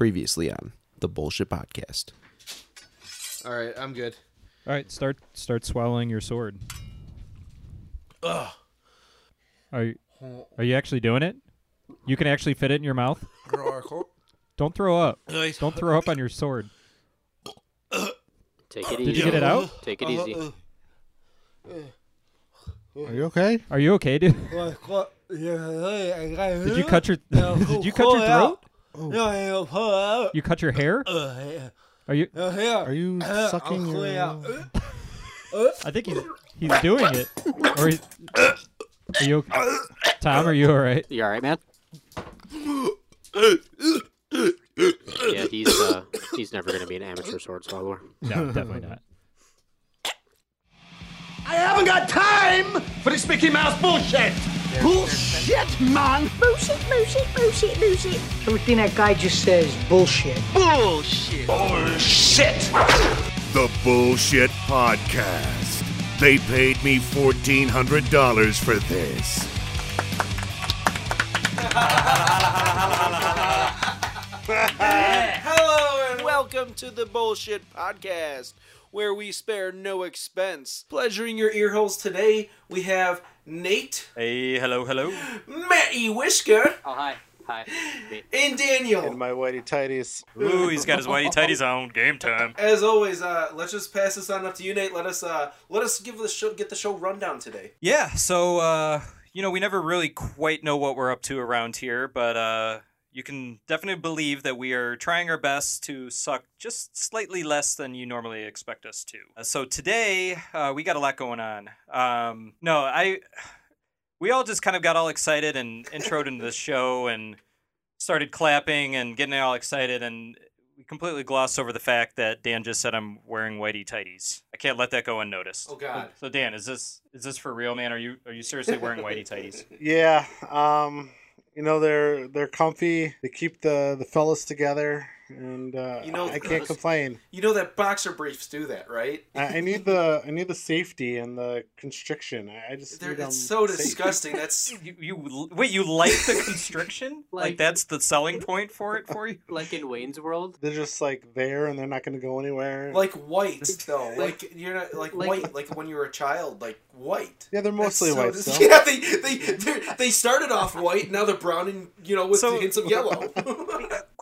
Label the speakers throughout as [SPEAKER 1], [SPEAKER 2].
[SPEAKER 1] Previously on the Bullshit Podcast.
[SPEAKER 2] All right, I'm good.
[SPEAKER 3] All right, start start swallowing your sword. Ugh. Are you, are you actually doing it? You can actually fit it in your mouth. Don't throw up. Don't throw up on your sword.
[SPEAKER 4] Take it easy.
[SPEAKER 3] Did you get it out?
[SPEAKER 4] Take it easy.
[SPEAKER 5] Are you okay?
[SPEAKER 3] Are you okay, dude? Did
[SPEAKER 2] Did
[SPEAKER 3] you cut your Did you cut your throat? You cut your hair?
[SPEAKER 6] Uh.
[SPEAKER 3] Are you
[SPEAKER 5] Are you sucking your?
[SPEAKER 3] I think he's he's doing it. Or he's, Are you okay? Tom, are you all right?
[SPEAKER 4] You all right, man? yeah, he's uh, he's never gonna be an amateur sword swallower.
[SPEAKER 3] No, definitely not.
[SPEAKER 7] I haven't got time for this Mickey Mouse bullshit. Bullshit, man.
[SPEAKER 8] Bullshit, bullshit, bullshit, bullshit. Everything that guy just says, bullshit.
[SPEAKER 7] Bullshit. Bullshit.
[SPEAKER 9] The Bullshit Podcast. They paid me $1,400 for this.
[SPEAKER 2] Hello and welcome to the Bullshit Podcast, where we spare no expense. Pleasuring your ear holes today, we have Nate. Hey, hello, hello. Matty Whisker
[SPEAKER 4] Oh hi, hi. Me.
[SPEAKER 2] and Daniel.
[SPEAKER 5] My whitey tighties.
[SPEAKER 10] Ooh, he's got his whitey tighties on. Game time.
[SPEAKER 2] As always, uh, let's just pass this on up to you, Nate. Let us uh, let us give the show get the show rundown today.
[SPEAKER 10] Yeah, so uh, you know, we never really quite know what we're up to around here, but uh, you can definitely believe that we are trying our best to suck just slightly less than you normally expect us to. Uh, so today, uh, we got a lot going on. Um, no, I we all just kind of got all excited and introed into the show and started clapping and getting all excited and we completely glossed over the fact that Dan just said I'm wearing whitey tighties. I can't let that go unnoticed.
[SPEAKER 2] Oh, God.
[SPEAKER 10] So Dan, is this is this for real, man? Are you are you seriously wearing whitey tighties?
[SPEAKER 5] Yeah. Um. You know they're they're comfy. They keep the the fellas together, and uh,
[SPEAKER 2] You know,
[SPEAKER 5] I can't complain.
[SPEAKER 2] You know that boxer briefs do that, right?
[SPEAKER 5] I, I need the I need the safety and the constriction. I, I just
[SPEAKER 2] They're,
[SPEAKER 5] need them
[SPEAKER 2] it's so
[SPEAKER 5] safe.
[SPEAKER 2] disgusting. That's
[SPEAKER 10] You, you wait, you like the constriction? like,
[SPEAKER 4] Like-
[SPEAKER 10] that's the selling point for it for you?
[SPEAKER 4] Like in Wayne's World,
[SPEAKER 5] They're just like there, and they're not going to go anywhere.
[SPEAKER 2] like white though. Like you're not like,
[SPEAKER 4] Like-
[SPEAKER 2] white. Like when you were a child, like white.
[SPEAKER 5] yeah, they're
[SPEAKER 2] That's
[SPEAKER 5] mostly
[SPEAKER 2] so
[SPEAKER 5] white.
[SPEAKER 2] dis-
[SPEAKER 5] though.
[SPEAKER 2] Yeah, they they they're- they started off white. Now they're brown and you know with
[SPEAKER 10] So-
[SPEAKER 2] hints of yellow.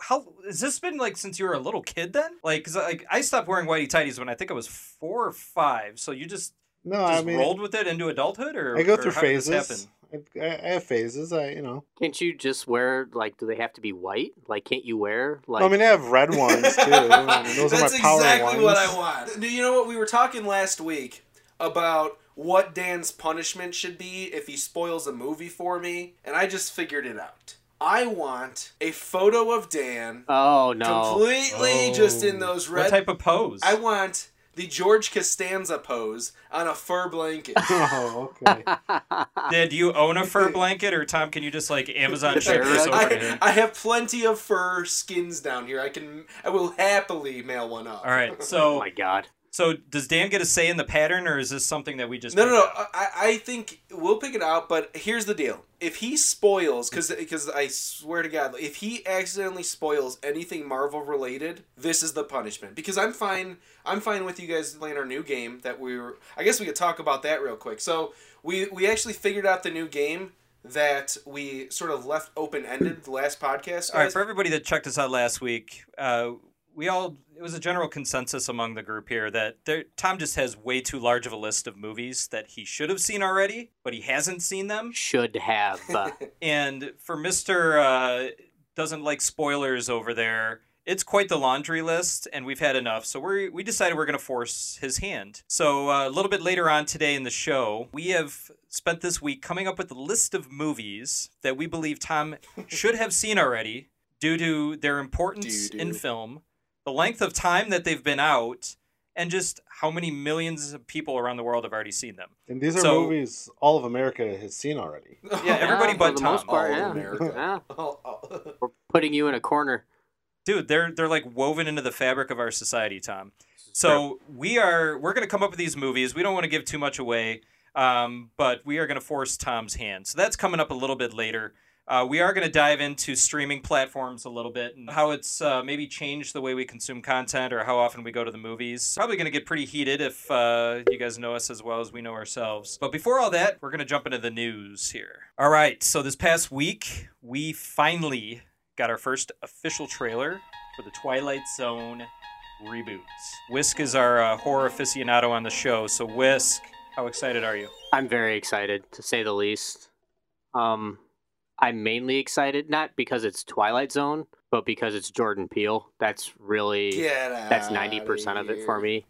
[SPEAKER 10] How has this been like since you were a little kid then? Like, 'cause, like I stopped wearing whitey tighties when I think I was four or five. So you just,
[SPEAKER 5] No,
[SPEAKER 10] just
[SPEAKER 5] I mean
[SPEAKER 10] rolled with it into adulthood, or
[SPEAKER 5] I go
[SPEAKER 10] or
[SPEAKER 5] through
[SPEAKER 10] how did this
[SPEAKER 5] phases.
[SPEAKER 10] happen?
[SPEAKER 5] I, I I have phases. I you know.
[SPEAKER 4] can't you just wear like? Do they have to be white? Like, can't you wear like?
[SPEAKER 5] I mean, I have red ones too. and Those
[SPEAKER 2] That's
[SPEAKER 5] are my power
[SPEAKER 2] exactly
[SPEAKER 5] ones.
[SPEAKER 2] what I want. Do You know what we were talking last week about what Dan's punishment should be if he spoils a movie for me, and I just figured it out. I want a photo of Dan
[SPEAKER 4] oh no.
[SPEAKER 2] completely just
[SPEAKER 5] Oh.
[SPEAKER 2] in those red.
[SPEAKER 10] What type of pose?
[SPEAKER 2] I want the George Costanza pose on a fur blanket.
[SPEAKER 5] Oh, okay.
[SPEAKER 10] Did you own a fur blanket, or Tom? Can you just like Amazon ship this
[SPEAKER 4] Sure.
[SPEAKER 10] over to
[SPEAKER 2] I,
[SPEAKER 10] him?
[SPEAKER 2] I have plenty of fur skins down here. I can, I will happily mail one up.
[SPEAKER 10] All right,
[SPEAKER 4] Oh
[SPEAKER 10] so
[SPEAKER 4] my god.
[SPEAKER 10] so does Dan get a say in the pattern, or is this something that we just
[SPEAKER 2] No, no,
[SPEAKER 10] picked
[SPEAKER 2] no.
[SPEAKER 10] out?
[SPEAKER 2] I, I think we'll pick it out, but here's the deal. If he spoils, because I swear to God, if he accidentally spoils anything Marvel related, this is the punishment. Because I'm fine. I'm fine with you guys playing our new game that we were. I guess we could talk about that real quick. So we we actually figured out the new game that we sort of left open ended the last podcast.
[SPEAKER 10] All right,
[SPEAKER 2] guys.
[SPEAKER 10] for everybody that checked us out last week, uh, we all it was a general consensus among the group here that there, Tom just has way too large of a list of movies that he should have seen already, but he hasn't seen them.
[SPEAKER 4] Should have. Uh,
[SPEAKER 10] And for Mister uh, doesn't like spoilers over there, it's quite the laundry list, and we've had enough. So we we decided we're going to force his hand. So uh, a little bit later on today in the show, we have spent this week coming up with a list of movies that we believe Tom should have seen already due to their importance
[SPEAKER 2] Due to.
[SPEAKER 10] in film, the length of time that they've been out, and just how many millions of people around the world have already seen them.
[SPEAKER 5] And these are
[SPEAKER 10] So-
[SPEAKER 5] movies all of America has seen already.
[SPEAKER 10] Yeah, everybody
[SPEAKER 4] yeah,
[SPEAKER 10] but
[SPEAKER 4] for the
[SPEAKER 10] Tom.
[SPEAKER 4] most part,
[SPEAKER 2] All
[SPEAKER 4] yeah.
[SPEAKER 2] America.
[SPEAKER 4] yeah.
[SPEAKER 2] Oh, oh.
[SPEAKER 4] We're putting you in a corner.
[SPEAKER 10] dude they're they're like woven into the fabric of our society tom so we are we're going to come up with these movies we don't want to give too much away um, but we are going to force tom's hand so that's coming up a little bit later Uh, we are going to dive into streaming platforms a little bit and how it's uh, maybe changed the way we consume content or how often we go to the movies. Probably going to get pretty heated if uh, you guys know us as well as we know ourselves. But before all that, we're going to jump into the news here. All right, so this past week, we finally got our first official trailer for the Twilight Zone reboot. Whisk is our uh, horror aficionado on the show, so Whisk, how excited are you?
[SPEAKER 4] I'm very excited, to say the least. Um, I'm mainly excited not because it's Twilight Zone, but because it's Jordan Peele. That's really
[SPEAKER 2] Get out
[SPEAKER 4] that's ninety percent of it
[SPEAKER 2] here.
[SPEAKER 4] for me.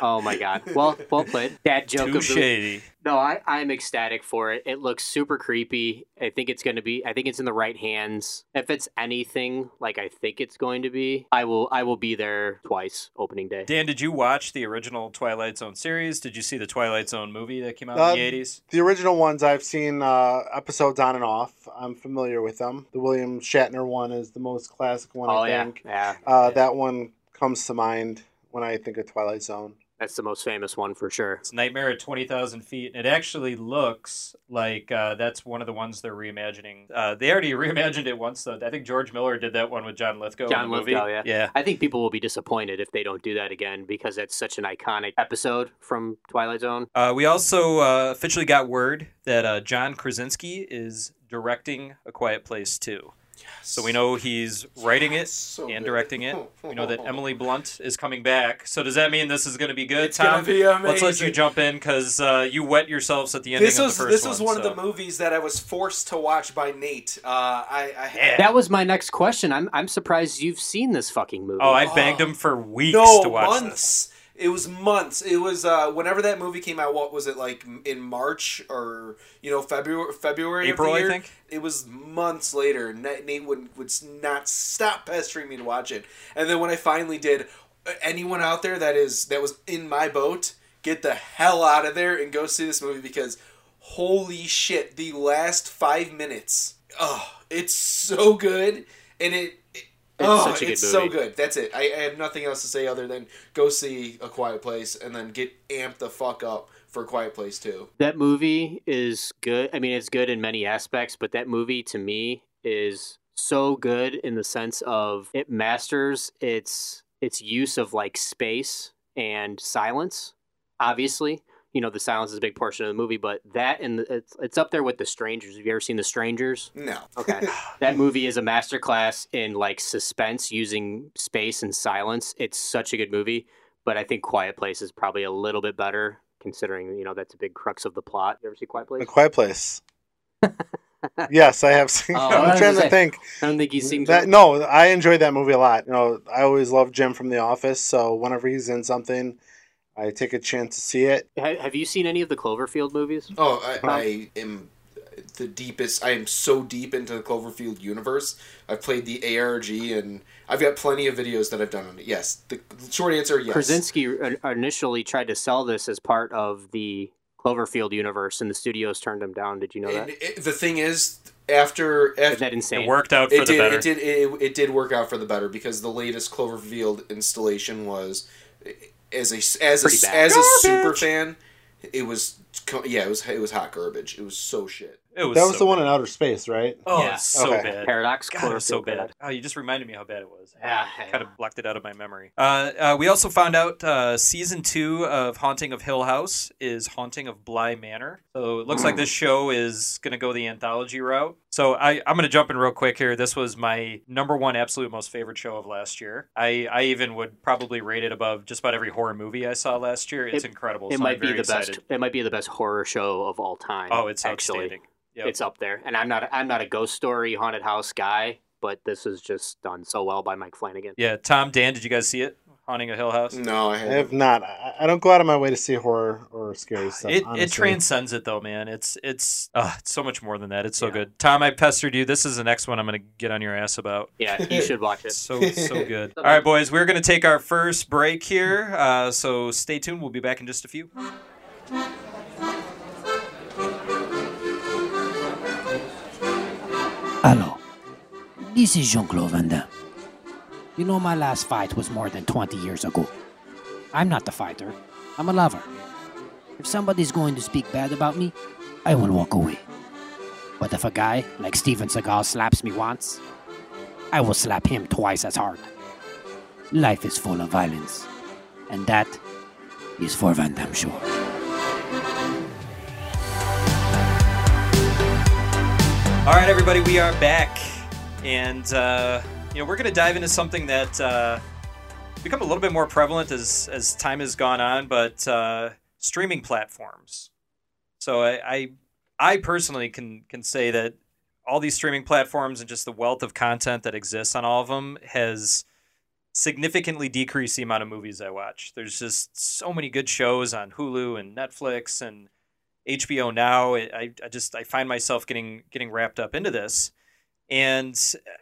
[SPEAKER 4] Oh my god! Well, well played. Dad joke.
[SPEAKER 10] Too
[SPEAKER 4] of the-
[SPEAKER 10] shady.
[SPEAKER 4] No, I, I'm ecstatic for it. It looks super creepy. I think it's going to be. I think it's in the right hands. If it's anything like I think it's going to be, I will. I will be there twice opening day.
[SPEAKER 10] Dan, did you watch the original Twilight Zone series? Did you see the Twilight Zone movie that came out
[SPEAKER 5] Um,
[SPEAKER 10] in the eighties?
[SPEAKER 5] The original ones I've seen uh, episodes on and off. I'm familiar with them. The William Shatner one is the most classic one.
[SPEAKER 4] oh
[SPEAKER 5] I
[SPEAKER 4] yeah,
[SPEAKER 5] think.
[SPEAKER 4] yeah.
[SPEAKER 5] Uh,
[SPEAKER 4] yeah.
[SPEAKER 5] That one comes to mind when I think of Twilight Zone.
[SPEAKER 4] That's the most famous one for sure.
[SPEAKER 10] It's Nightmare at Twenty Thousand Feet, and it actually looks like uh, that's one of the ones they're reimagining. Uh, they already reimagined it once, though. I think George Miller did that one with John Lithgow. in
[SPEAKER 4] John
[SPEAKER 10] the movie.
[SPEAKER 4] Lithgow, yeah.
[SPEAKER 10] yeah.
[SPEAKER 4] I think people will be disappointed if they don't do that again because that's such an iconic episode from Twilight Zone.
[SPEAKER 10] Uh, we also uh, officially got word that uh, John Krasinski is directing A Quiet Place 2. So we know he's writing it
[SPEAKER 2] so
[SPEAKER 10] and
[SPEAKER 2] good.
[SPEAKER 10] directing it. We know that Emily Blunt is coming back. So does that mean this is going to be good,
[SPEAKER 2] It's
[SPEAKER 10] Tom?
[SPEAKER 2] gonna be
[SPEAKER 10] Let's let you
[SPEAKER 2] amazing.
[SPEAKER 10] jump in because uh, you wet yourselves at the ending
[SPEAKER 2] This
[SPEAKER 10] of
[SPEAKER 2] was
[SPEAKER 10] the first
[SPEAKER 2] this was one,
[SPEAKER 10] so.
[SPEAKER 2] of the movies that I was forced to watch by Nate. Uh, I, I
[SPEAKER 10] Yeah.
[SPEAKER 4] That was my next question. I'm I'm surprised you've seen this fucking movie.
[SPEAKER 10] Oh, I begged him for weeks
[SPEAKER 2] no
[SPEAKER 10] to watch this.
[SPEAKER 2] months. It was months. It was uh, whenever that movie came out. What was it like m- in March or you know February? February, of the
[SPEAKER 10] April, I
[SPEAKER 2] year?
[SPEAKER 10] think.
[SPEAKER 2] It was months later. Nate, Nate would would s- not stop pestering me to watch it, and then when I finally did, uh, anyone out there that is that was in my boat, get the hell out of there and go see this movie because holy shit, the last five minutes. Oh, it's so good, and it. it
[SPEAKER 4] It's
[SPEAKER 2] oh,
[SPEAKER 4] such a good
[SPEAKER 2] it's so
[SPEAKER 4] movie.
[SPEAKER 2] good good. That's it. I, I have nothing else to say other than go see A Quiet Place and then get amped the fuck up for A Quiet Place too.
[SPEAKER 4] That movie is good. I mean, it's good in many aspects, but that movie to me is so good in the sense of it masters its its use of like space and silence. Obviously, you know the silence is a big portion of the movie, but that and the, it's it's up there with The Strangers. Have you ever seen The Strangers?
[SPEAKER 2] No.
[SPEAKER 4] Okay. that movie is a masterclass in like suspense using space and silence. It's such a good movie, but I think Quiet Place is probably a little bit better considering, you know, that's a big crux of the plot. You ever see Quiet
[SPEAKER 5] The
[SPEAKER 4] Place?
[SPEAKER 5] Quiet Place. yes, I have seen.
[SPEAKER 4] Oh, I
[SPEAKER 5] I'm
[SPEAKER 4] was
[SPEAKER 5] trying to
[SPEAKER 4] gonna say,
[SPEAKER 5] think.
[SPEAKER 4] I don't think you've seen
[SPEAKER 5] That, no, I enjoyed that movie a lot. You know, I always love Jim from The Office, so whenever he's in something, I take a chance to see it.
[SPEAKER 4] Ha- Have you seen any of the Cloverfield movies?
[SPEAKER 2] Oh, I, I am the deepest. I am so deep into the Cloverfield universe. I've played the ARG and I've got plenty of videos that I've done on it. Yes. The short answer, yes.
[SPEAKER 4] Krasinski uh, initially tried to sell this as part of the Cloverfield universe, and the studios turned him down. Did you know that?
[SPEAKER 2] And it- the thing is, after
[SPEAKER 4] Isn't
[SPEAKER 2] after
[SPEAKER 4] that insane?
[SPEAKER 10] It worked out for
[SPEAKER 2] it
[SPEAKER 10] the
[SPEAKER 2] did,
[SPEAKER 10] better.
[SPEAKER 2] It did. It, it did work out for the better because the latest Cloverfield installation was, as a as
[SPEAKER 4] Pretty
[SPEAKER 2] a
[SPEAKER 4] bad.
[SPEAKER 2] as a super fan, it was co- yeah, it was it was hot garbage. It was so shit.
[SPEAKER 10] It was
[SPEAKER 5] That was
[SPEAKER 10] so
[SPEAKER 5] the one
[SPEAKER 10] bad.
[SPEAKER 5] in outer space, right?
[SPEAKER 10] Oh,
[SPEAKER 4] Yeah.
[SPEAKER 10] it's so
[SPEAKER 5] Okay.
[SPEAKER 10] bad.
[SPEAKER 4] Paradox
[SPEAKER 10] God, it was so
[SPEAKER 4] Cloverfield
[SPEAKER 10] bad.
[SPEAKER 4] paradox.
[SPEAKER 10] Oh, you just reminded me how bad it was.
[SPEAKER 4] Yeah, yeah.
[SPEAKER 10] kind of blocked it out of my memory. Uh, uh, we also found out uh, season two of Haunting of Hill House is Haunting of Bly Manor. So it
[SPEAKER 4] Hmm.
[SPEAKER 10] looks like this show is going to go the anthology route. So I, I'm going to jump in real quick here. This was my number one absolute most favorite show of last year. I, I even would probably rate it above just about every horror movie I saw last year. It's
[SPEAKER 4] It-
[SPEAKER 10] incredible.
[SPEAKER 4] It
[SPEAKER 10] so
[SPEAKER 4] might
[SPEAKER 10] I'm
[SPEAKER 4] be
[SPEAKER 10] very
[SPEAKER 4] the best.
[SPEAKER 10] excited.
[SPEAKER 4] It might be the best horror show of all time.
[SPEAKER 10] Oh, it's
[SPEAKER 4] actually.
[SPEAKER 10] outstanding. Yep.
[SPEAKER 4] it's up there. And I'm not I'm not a ghost story haunted house guy, but this is just done so well by Mike Flanagan.
[SPEAKER 10] yeah, Tom, Dan, did you guys see it? Haunting of Hill House.
[SPEAKER 2] No, I
[SPEAKER 5] I
[SPEAKER 2] haven't.
[SPEAKER 5] have not. I, I don't go out of my way to see horror or
[SPEAKER 4] Ah,
[SPEAKER 5] scary stuff.
[SPEAKER 10] it,
[SPEAKER 5] honestly.
[SPEAKER 10] it transcends it though, man. It's it's uh, it's so much more than that. It's so good. Tom, I pestered you. This is the next one I'm gonna get on your ass about.
[SPEAKER 4] Yeah, you should watch
[SPEAKER 10] It's
[SPEAKER 4] it.
[SPEAKER 10] so so good. All right, boys, we're gonna take our first break here. Uh, so stay tuned. We'll be back in just a few.
[SPEAKER 11] Hello. This is Jean Claude Van Damme. You know, my last fight was more than 20 years ago. I'm not the fighter, I'm a lover. If somebody's going to speak bad about me, I will walk away. But if a guy like Steven Seagal slaps me once, I will slap him twice as hard. Life is full of violence, and that is for Van Damme Show.
[SPEAKER 10] All right, everybody, we are back, and uh, you know we're going to dive into something that uh, become a little bit more prevalent as as time has gone on, but uh, streaming platforms. So I, I I personally can can say that all these streaming platforms and just the wealth of content that exists on all of them has significantly decreased the amount of movies I watch. There's just so many good shows on Hulu and Netflix and HBO Now. It- I, I just I find myself getting getting wrapped up into this, and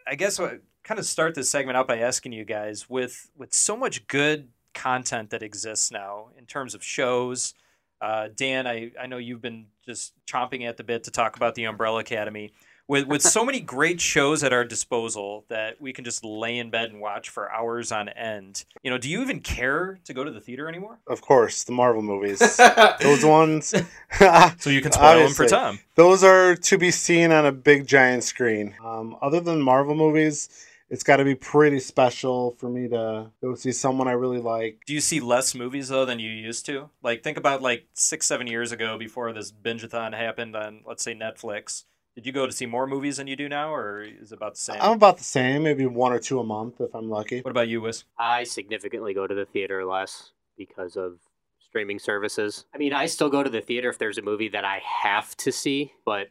[SPEAKER 10] I guess I kind of start this segment out by asking you guys with with so much good content that exists now in terms of shows. Uh, Dan, I, I know you've been just chomping at the bit to talk about the Umbrella Academy. With, with so many great shows at our disposal that we can just lay in bed and watch for hours on end, you know, do you even care to go to the theater anymore?
[SPEAKER 5] Of course, the Marvel movies. those ones. so
[SPEAKER 10] you can spoil 'em for Tom.
[SPEAKER 5] Those are to be seen on a big giant screen. Um, other than Marvel movies, it's got to be pretty special for me to go see someone I really like.
[SPEAKER 10] do you see less movies though than you used to? Like think about like six, seven years ago before this binge-a-thon happened on let's say Netflix. Did you go to see more movies than you do now, or is it about the same?
[SPEAKER 5] I'm about the same, maybe one or two a month if I'm lucky.
[SPEAKER 10] What about you, Wiz?
[SPEAKER 4] I significantly go to the theater less because of streaming services. I mean, I still go to the theater if there's a movie that I have to see, but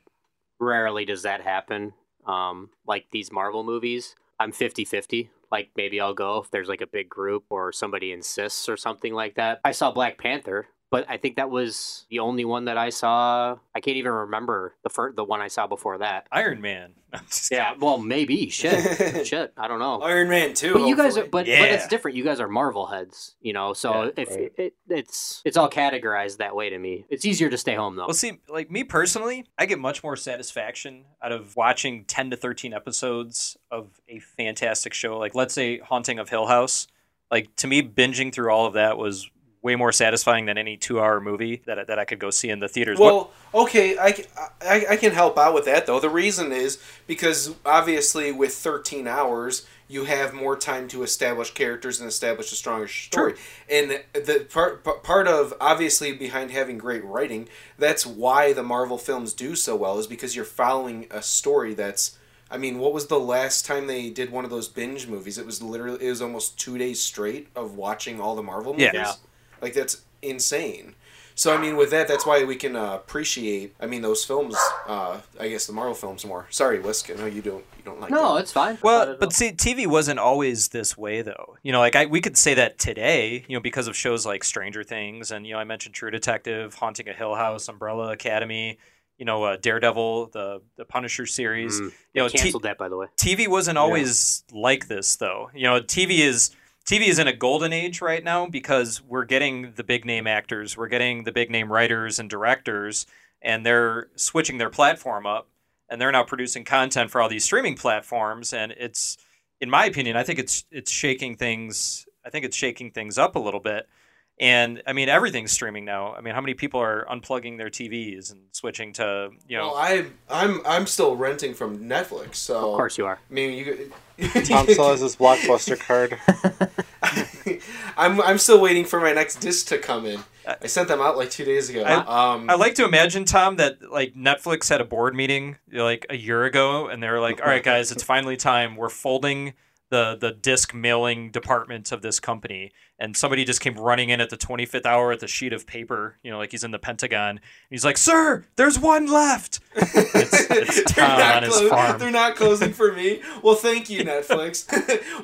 [SPEAKER 4] rarely does that happen. Um, like these Marvel movies, I'm 50 50. Like maybe I'll go if there's like a big group or somebody insists or something like that. I saw Black Panther. But I think that was the only one that I saw. I can't even remember the fir- the one I saw before that.
[SPEAKER 10] Iron Man.
[SPEAKER 4] yeah, well, maybe shit, shit. I don't know.
[SPEAKER 2] Iron Man too.
[SPEAKER 4] But you guys are,
[SPEAKER 2] hopefully.
[SPEAKER 4] but, but it's different. You guys are Marvel heads, you know. So
[SPEAKER 10] Yeah,
[SPEAKER 4] if
[SPEAKER 10] right.
[SPEAKER 4] it, it's it's all categorized that way to me. It's easier to stay home though.
[SPEAKER 10] Well, see, like me personally, I get much more satisfaction out of watching 10 to 13 episodes of a fantastic show. Like, let's say Haunting of Hill House. Like, to me, binging through all of that was way more satisfying than any two hour movie that, I- that I could go see in the theaters. What-
[SPEAKER 2] Well, okay, I, c- I- I can help out with that though. The reason is because obviously with 13 hours, you have more time to establish characters and establish a stronger story. And the part p- part of obviously behind having great writing, that's why the Marvel films do so well is because you're following a story that's I mean, what was the last time they did one of those binge movies? It was literally it was almost 2 days straight of watching all the Marvel movies.
[SPEAKER 10] Yeah. Yeah.
[SPEAKER 2] Like that's insane. So I mean, with that, that's why we can uh, appreciate. I mean, those films. Uh, I guess the Marvel films more. Sorry, Wisk. I know you don't. You don't like. that.
[SPEAKER 4] it's fine.
[SPEAKER 10] Well, but see, TV wasn't always this way, though. You know, like I, we could say that today, you know, because of shows like Stranger Things, and you know, I mentioned True Detective, Haunting a Hill House, Umbrella Academy, you know, uh, Daredevil, the the Punisher series.
[SPEAKER 4] Mm.
[SPEAKER 10] you know,
[SPEAKER 4] They canceled that, by the way.
[SPEAKER 10] TV wasn't always like this, though. You know, TV is TV is in a golden age right now because we're getting the big name actors, we're getting the big name writers and directors, and they're switching their platform up and they're now producing content for all these streaming platforms and it's in my opinion i think it's it's shaking things i think it's shaking things up a little bit and i mean everything's streaming now i mean how many people are unplugging their tvs and switching to you know
[SPEAKER 2] Well, I I'm I'm still renting from Netflix. So
[SPEAKER 4] Of course you are.
[SPEAKER 2] I mean, you.
[SPEAKER 5] Tom still has his blockbuster card.
[SPEAKER 2] I'm I'm still waiting for my next disc to come in. I sent them out like two days ago.
[SPEAKER 10] I,
[SPEAKER 2] um,
[SPEAKER 10] I like to imagine Tom that like Netflix had a board meeting you know, like a year ago, and they were like, "All right, guys, it's finally time. We're folding the the disc mailing department of this company." And somebody just came running in at the 25th hour with a sheet of paper, you know, like he's in the Pentagon. And he's like, "Sir, there's one left." It's, it's
[SPEAKER 2] They're
[SPEAKER 10] Tom
[SPEAKER 2] not
[SPEAKER 10] on his
[SPEAKER 2] clo-
[SPEAKER 10] farm.
[SPEAKER 2] They're not closing for me. Well, thank you, Netflix.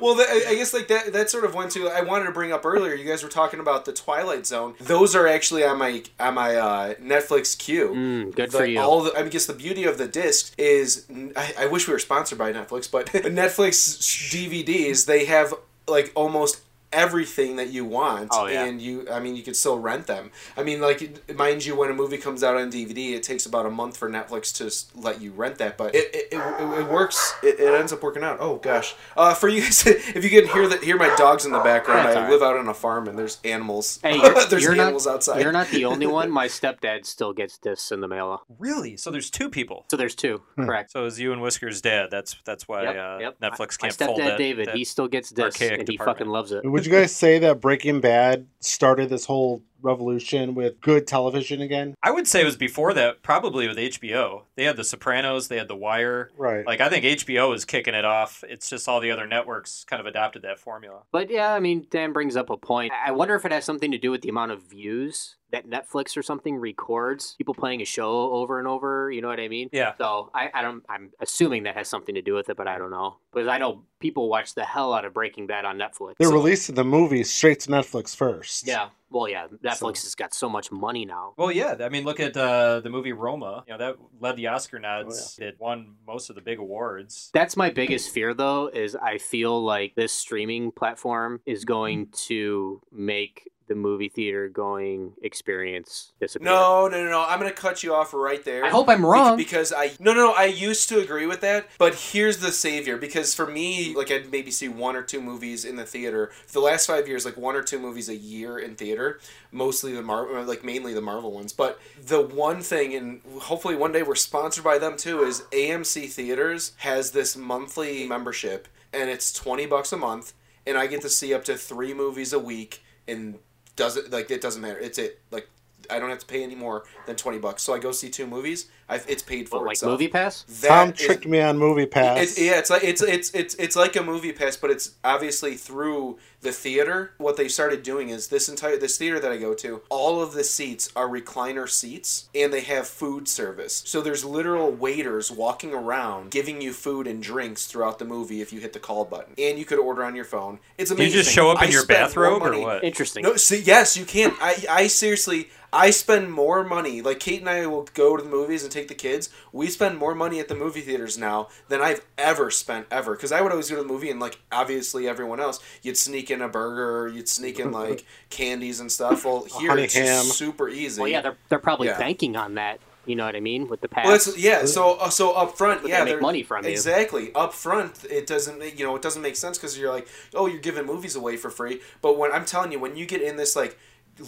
[SPEAKER 2] well, that, I- I guess like that. That sort of went to. I wanted to bring up earlier. You guys were talking about the Twilight Zone. Those are actually on my on my uh, Netflix queue.
[SPEAKER 10] Mm,
[SPEAKER 4] good
[SPEAKER 2] The-
[SPEAKER 4] for you.
[SPEAKER 2] All the, I guess the beauty of the disc is. I, I wish we were sponsored by Netflix, but Netflix DVDs they have like almost everything that you want
[SPEAKER 4] Oh, yeah.
[SPEAKER 2] and you i mean you could still rent them i mean like mind you when a movie comes out on dvd it takes about a month for netflix to s- let you rent that but it it, it, it it works it, it ends up working out oh gosh uh for you guys if you can hear that hear my dogs in the background
[SPEAKER 4] That's
[SPEAKER 2] i
[SPEAKER 4] all right.
[SPEAKER 2] live out on a farm and there's animals
[SPEAKER 4] Hey, you're,
[SPEAKER 2] there's
[SPEAKER 4] you're
[SPEAKER 2] animals
[SPEAKER 4] not,
[SPEAKER 2] outside
[SPEAKER 4] You're not the only one. My stepdad still gets discs in the mail.
[SPEAKER 10] Really? So there's two people.
[SPEAKER 4] So there's two, correct?
[SPEAKER 10] So is you and Whisker's dad. That's that's why
[SPEAKER 4] Yep,
[SPEAKER 10] Hmm. uh,
[SPEAKER 4] yep.
[SPEAKER 10] Netflix
[SPEAKER 4] My
[SPEAKER 10] can't fold
[SPEAKER 4] stepdad
[SPEAKER 10] that.
[SPEAKER 4] David,
[SPEAKER 10] that
[SPEAKER 4] he still gets discs,
[SPEAKER 10] archaic
[SPEAKER 4] and he
[SPEAKER 10] department.
[SPEAKER 4] fucking loves it.
[SPEAKER 5] Would you guys say that Breaking Bad started this whole revolution with good television again?
[SPEAKER 10] I would say it was before that, probably with HBO. They had The Sopranos, they had The Wire.
[SPEAKER 5] Right.
[SPEAKER 10] Like I think HBO is kicking it off. It's just all the other networks kind of adopted that formula.
[SPEAKER 4] But yeah, I mean, Dan brings up a point. I I wonder if it has something to do with the amount of views that Netflix or something records. People playing a show over and over. You know what I mean?
[SPEAKER 10] Yeah.
[SPEAKER 4] So I, I don't. I'm assuming that has something to do with it, but I don't know. Because I know people watch the hell out of Breaking Bad on Netflix.
[SPEAKER 5] They're releasing the movie straight to Netflix first.
[SPEAKER 4] Yeah. Well, yeah. Netflix has got so much money now.
[SPEAKER 10] Well, yeah. I mean, look at uh, the movie Roma. You know that led the Oscar nods. It won most of the big awards.
[SPEAKER 4] That's my biggest fear, though, is I feel like this streaming platform is going to make the movie theater going experience disappear.
[SPEAKER 2] No, no, no, no. I'm going to cut you off right there.
[SPEAKER 4] I hope I'm wrong.
[SPEAKER 2] Bec- Because I. No, no, no. I used to agree with that, but here's the savior. Because for me, like, I'd maybe see one or two movies in the theater. For the last five years, like, one or two movies a year in theater. Mostly the Marvel, like, mainly the Marvel ones. But the one thing, and hopefully one day we're sponsored by them too, is AMC Theaters has this monthly membership, and it's 20 bucks a month, and I get to see up to three movies a week, and doesn't like it doesn't matter. It's it like I don't have to pay any more than twenty bucks. So I go see two movies. I've, it's paid for
[SPEAKER 4] What, like
[SPEAKER 2] itself.
[SPEAKER 4] Movie Pass?
[SPEAKER 2] That
[SPEAKER 5] Tom
[SPEAKER 2] is-
[SPEAKER 5] tricked me on Movie Pass.
[SPEAKER 2] it's, yeah, it's like it's it's it's it's like a movie pass, but it's obviously through the theater. What they started doing is this entire this theater that I go to, all of the seats are recliner seats, and they have food service. So there's literal waiters walking around giving you food and drinks throughout the movie if you hit the call button, and you could order on your phone. It's
[SPEAKER 10] Do you
[SPEAKER 2] amazing.
[SPEAKER 10] just show up in
[SPEAKER 2] I
[SPEAKER 10] your
[SPEAKER 2] spent more
[SPEAKER 10] bathrobe or
[SPEAKER 2] money-
[SPEAKER 10] what?
[SPEAKER 4] Interesting.
[SPEAKER 2] no, see, yes, you can. I, I seriously, I spend more money. Like Kate and I will go to the movies and take the kids. We spend more money at the movie theaters now than I've ever spent ever. Because I would always go to the movie and like obviously everyone else, you'd sneak in a burger, you'd sneak in like candies and stuff. Well, here
[SPEAKER 5] honey
[SPEAKER 2] it's just
[SPEAKER 5] ham.
[SPEAKER 2] super easy.
[SPEAKER 4] Well, yeah, they're, they're probably
[SPEAKER 2] Yeah.
[SPEAKER 4] banking on that. You know what I mean? With the pass.
[SPEAKER 2] Well, that's, yeah. So uh, so up front,
[SPEAKER 4] But they
[SPEAKER 2] yeah,
[SPEAKER 4] make
[SPEAKER 2] they're-
[SPEAKER 4] money from you.
[SPEAKER 2] exactly up front. It doesn't make you know it doesn't make sense because you're like, oh, you're giving movies away for free. But when I'm telling you, when you get in this like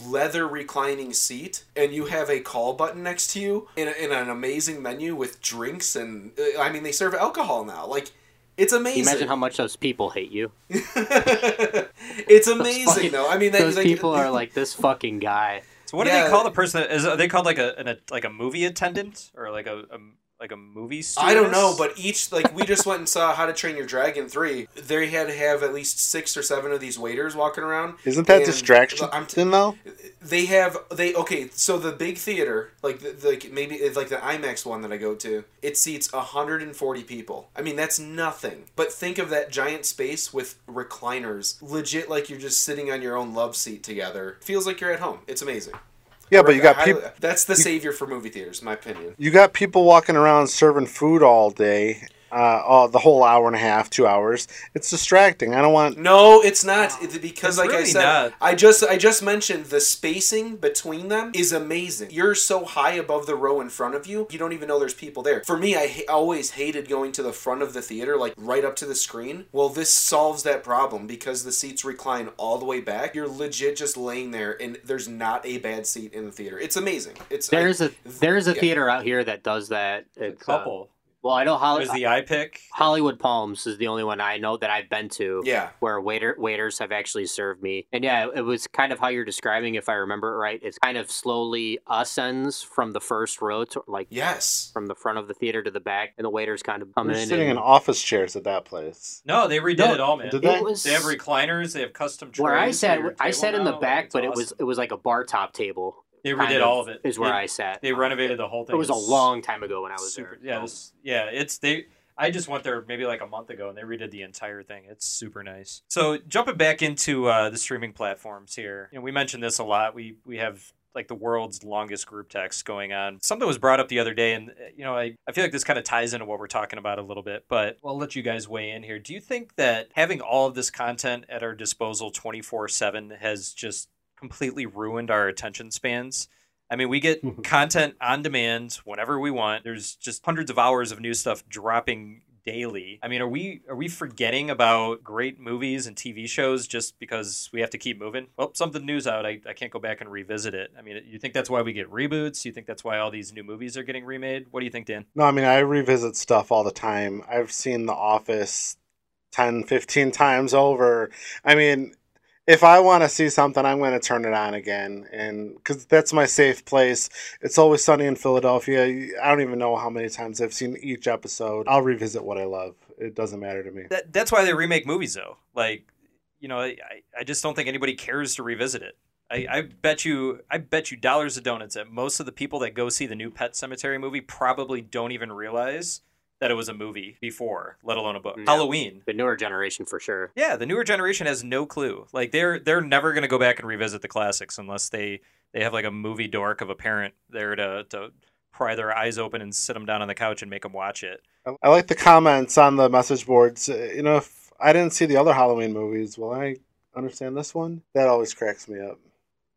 [SPEAKER 2] leather reclining seat and you have a call button next to you in, a, in an amazing menu with drinks and uh, I mean they serve alcohol now, like. It's
[SPEAKER 4] Can you
[SPEAKER 2] amazing.
[SPEAKER 4] imagine how much those people hate you.
[SPEAKER 2] it's amazing, though. I mean, they,
[SPEAKER 4] those
[SPEAKER 2] they-
[SPEAKER 4] people are like this fucking guy.
[SPEAKER 10] So what do
[SPEAKER 2] Yeah.
[SPEAKER 10] they call the person? That, is are they called like a, an, a like a movie attendant or like a, a like a movie? Stewardess?
[SPEAKER 2] I don't know, but each like we just went and saw How to Train Your Dragon three. They had to have at least six or seven of these waiters walking around.
[SPEAKER 5] Isn't that
[SPEAKER 2] And
[SPEAKER 5] distraction
[SPEAKER 2] I'm t-
[SPEAKER 5] then, though?
[SPEAKER 2] they have they okay. So the big theater, like the, like maybe it's like the IMAX one that I go to, it seats hundred and forty people. I mean that's nothing. But think of that giant space with recliners. Legit, like you're just sitting on your own love seat together. Feels like you're at home. It's amazing.
[SPEAKER 5] Yeah, but you got
[SPEAKER 2] Highly-
[SPEAKER 5] people.
[SPEAKER 2] That's the savior for movie theaters, in my opinion.
[SPEAKER 5] You got people walking around serving food all day, uh, all, the whole hour and a half, two hours. It's distracting. I don't want.
[SPEAKER 2] No, it's not It's because,
[SPEAKER 10] It's
[SPEAKER 2] like I
[SPEAKER 10] really
[SPEAKER 2] said,
[SPEAKER 10] not.
[SPEAKER 2] I just I just mentioned the spacing between them is amazing. You're so high above the row in front of you, you don't even know there's people there. For me, I ha- always hated going to the front of the theater, like right up to the screen. Well, this solves that problem because the seats recline all the way back. You're legit just laying there, and there's not a bad seat in the theater. It's amazing. It's
[SPEAKER 4] There's a there's a
[SPEAKER 2] yeah.
[SPEAKER 4] theater out here that does that.
[SPEAKER 10] a
[SPEAKER 4] It's, uh,
[SPEAKER 10] couple.
[SPEAKER 4] well, I know
[SPEAKER 10] There's
[SPEAKER 4] Hollywood.
[SPEAKER 10] the eye pick.
[SPEAKER 4] Hollywood Palms is the only one I know that I've been to.
[SPEAKER 2] yeah.
[SPEAKER 4] where waiter waiters have actually served me. And yeah, it was kind of how you're describing, if I remember it right. It's kind of slowly ascends from the first row to like
[SPEAKER 2] Yes.
[SPEAKER 4] from the front of the theater to the back, and the waiters kind of come
[SPEAKER 5] We're
[SPEAKER 4] in.
[SPEAKER 5] sitting in
[SPEAKER 4] and,
[SPEAKER 5] office chairs at that place.
[SPEAKER 10] No, they redid
[SPEAKER 4] No,
[SPEAKER 10] it all, man.
[SPEAKER 5] did
[SPEAKER 4] It
[SPEAKER 5] they?
[SPEAKER 4] was-
[SPEAKER 10] They have recliners. They have custom trays.
[SPEAKER 4] where I sat,
[SPEAKER 10] for your
[SPEAKER 4] I
[SPEAKER 10] table
[SPEAKER 4] sat in the
[SPEAKER 10] now.
[SPEAKER 4] back,
[SPEAKER 10] It's
[SPEAKER 4] but it was
[SPEAKER 10] awesome.
[SPEAKER 4] it was like a bar top table.
[SPEAKER 10] they
[SPEAKER 4] kind
[SPEAKER 10] redid
[SPEAKER 4] of
[SPEAKER 10] all of it.
[SPEAKER 4] Is where
[SPEAKER 10] they,
[SPEAKER 4] I sat.
[SPEAKER 10] They renovated the whole
[SPEAKER 4] It
[SPEAKER 10] thing.
[SPEAKER 4] was a
[SPEAKER 10] It's
[SPEAKER 4] long time ago when I was
[SPEAKER 10] super,
[SPEAKER 4] there.
[SPEAKER 10] Yeah, this, yeah, it's they. I just went there maybe like a month ago, and they redid the entire thing. It's super nice. So jumping back into uh, the streaming platforms here, you know, we mentioned this a lot. We we have like the world's longest group text going on. Something was brought up the other day, and uh, you know, I, I feel like this kind of ties into what we're talking about a little bit, but I'll let you guys weigh in here. Do you think that having all of this content at our disposal 24 7 has just completely ruined our attention spans? I mean, we get content on demand whenever we want. There's just hundreds of hours of new stuff dropping daily. I mean, are we are we forgetting about great movies and TV shows just because we have to keep moving? Well, something new's out. I, I can't go back and revisit it. I mean, you think that's why we get reboots? You think that's why all these new movies are getting remade? What do you think, Dan?
[SPEAKER 5] No, I mean, I revisit stuff all the time. I've seen The Office 10, 15 times over. I mean, if I want to see something, I'm going to turn it on again, and because that's my safe place. It's always sunny in Philadelphia. I don't even know how many times I've seen each episode. I'll revisit what I love. It doesn't matter to me.
[SPEAKER 10] That, that's why they remake movies, though. Like, you know, I, I just don't think anybody cares to revisit it. I, I bet you, I bet you dollars of donuts that most of the people that go see the new Pet Cemetery movie probably don't even realize that it was a movie before, let alone a book.
[SPEAKER 4] No.
[SPEAKER 10] Halloween.
[SPEAKER 4] The newer generation for sure.
[SPEAKER 10] Yeah, the newer generation has no clue. Like they're they're never gonna go back and revisit the classics unless they they have like a movie dork of a parent there to to pry their eyes open and sit them down on the couch and make them watch it.
[SPEAKER 5] I- I like the comments on the message boards. Uh, You know, if I didn't see the other Halloween movies, will I understand this one? That always cracks me up.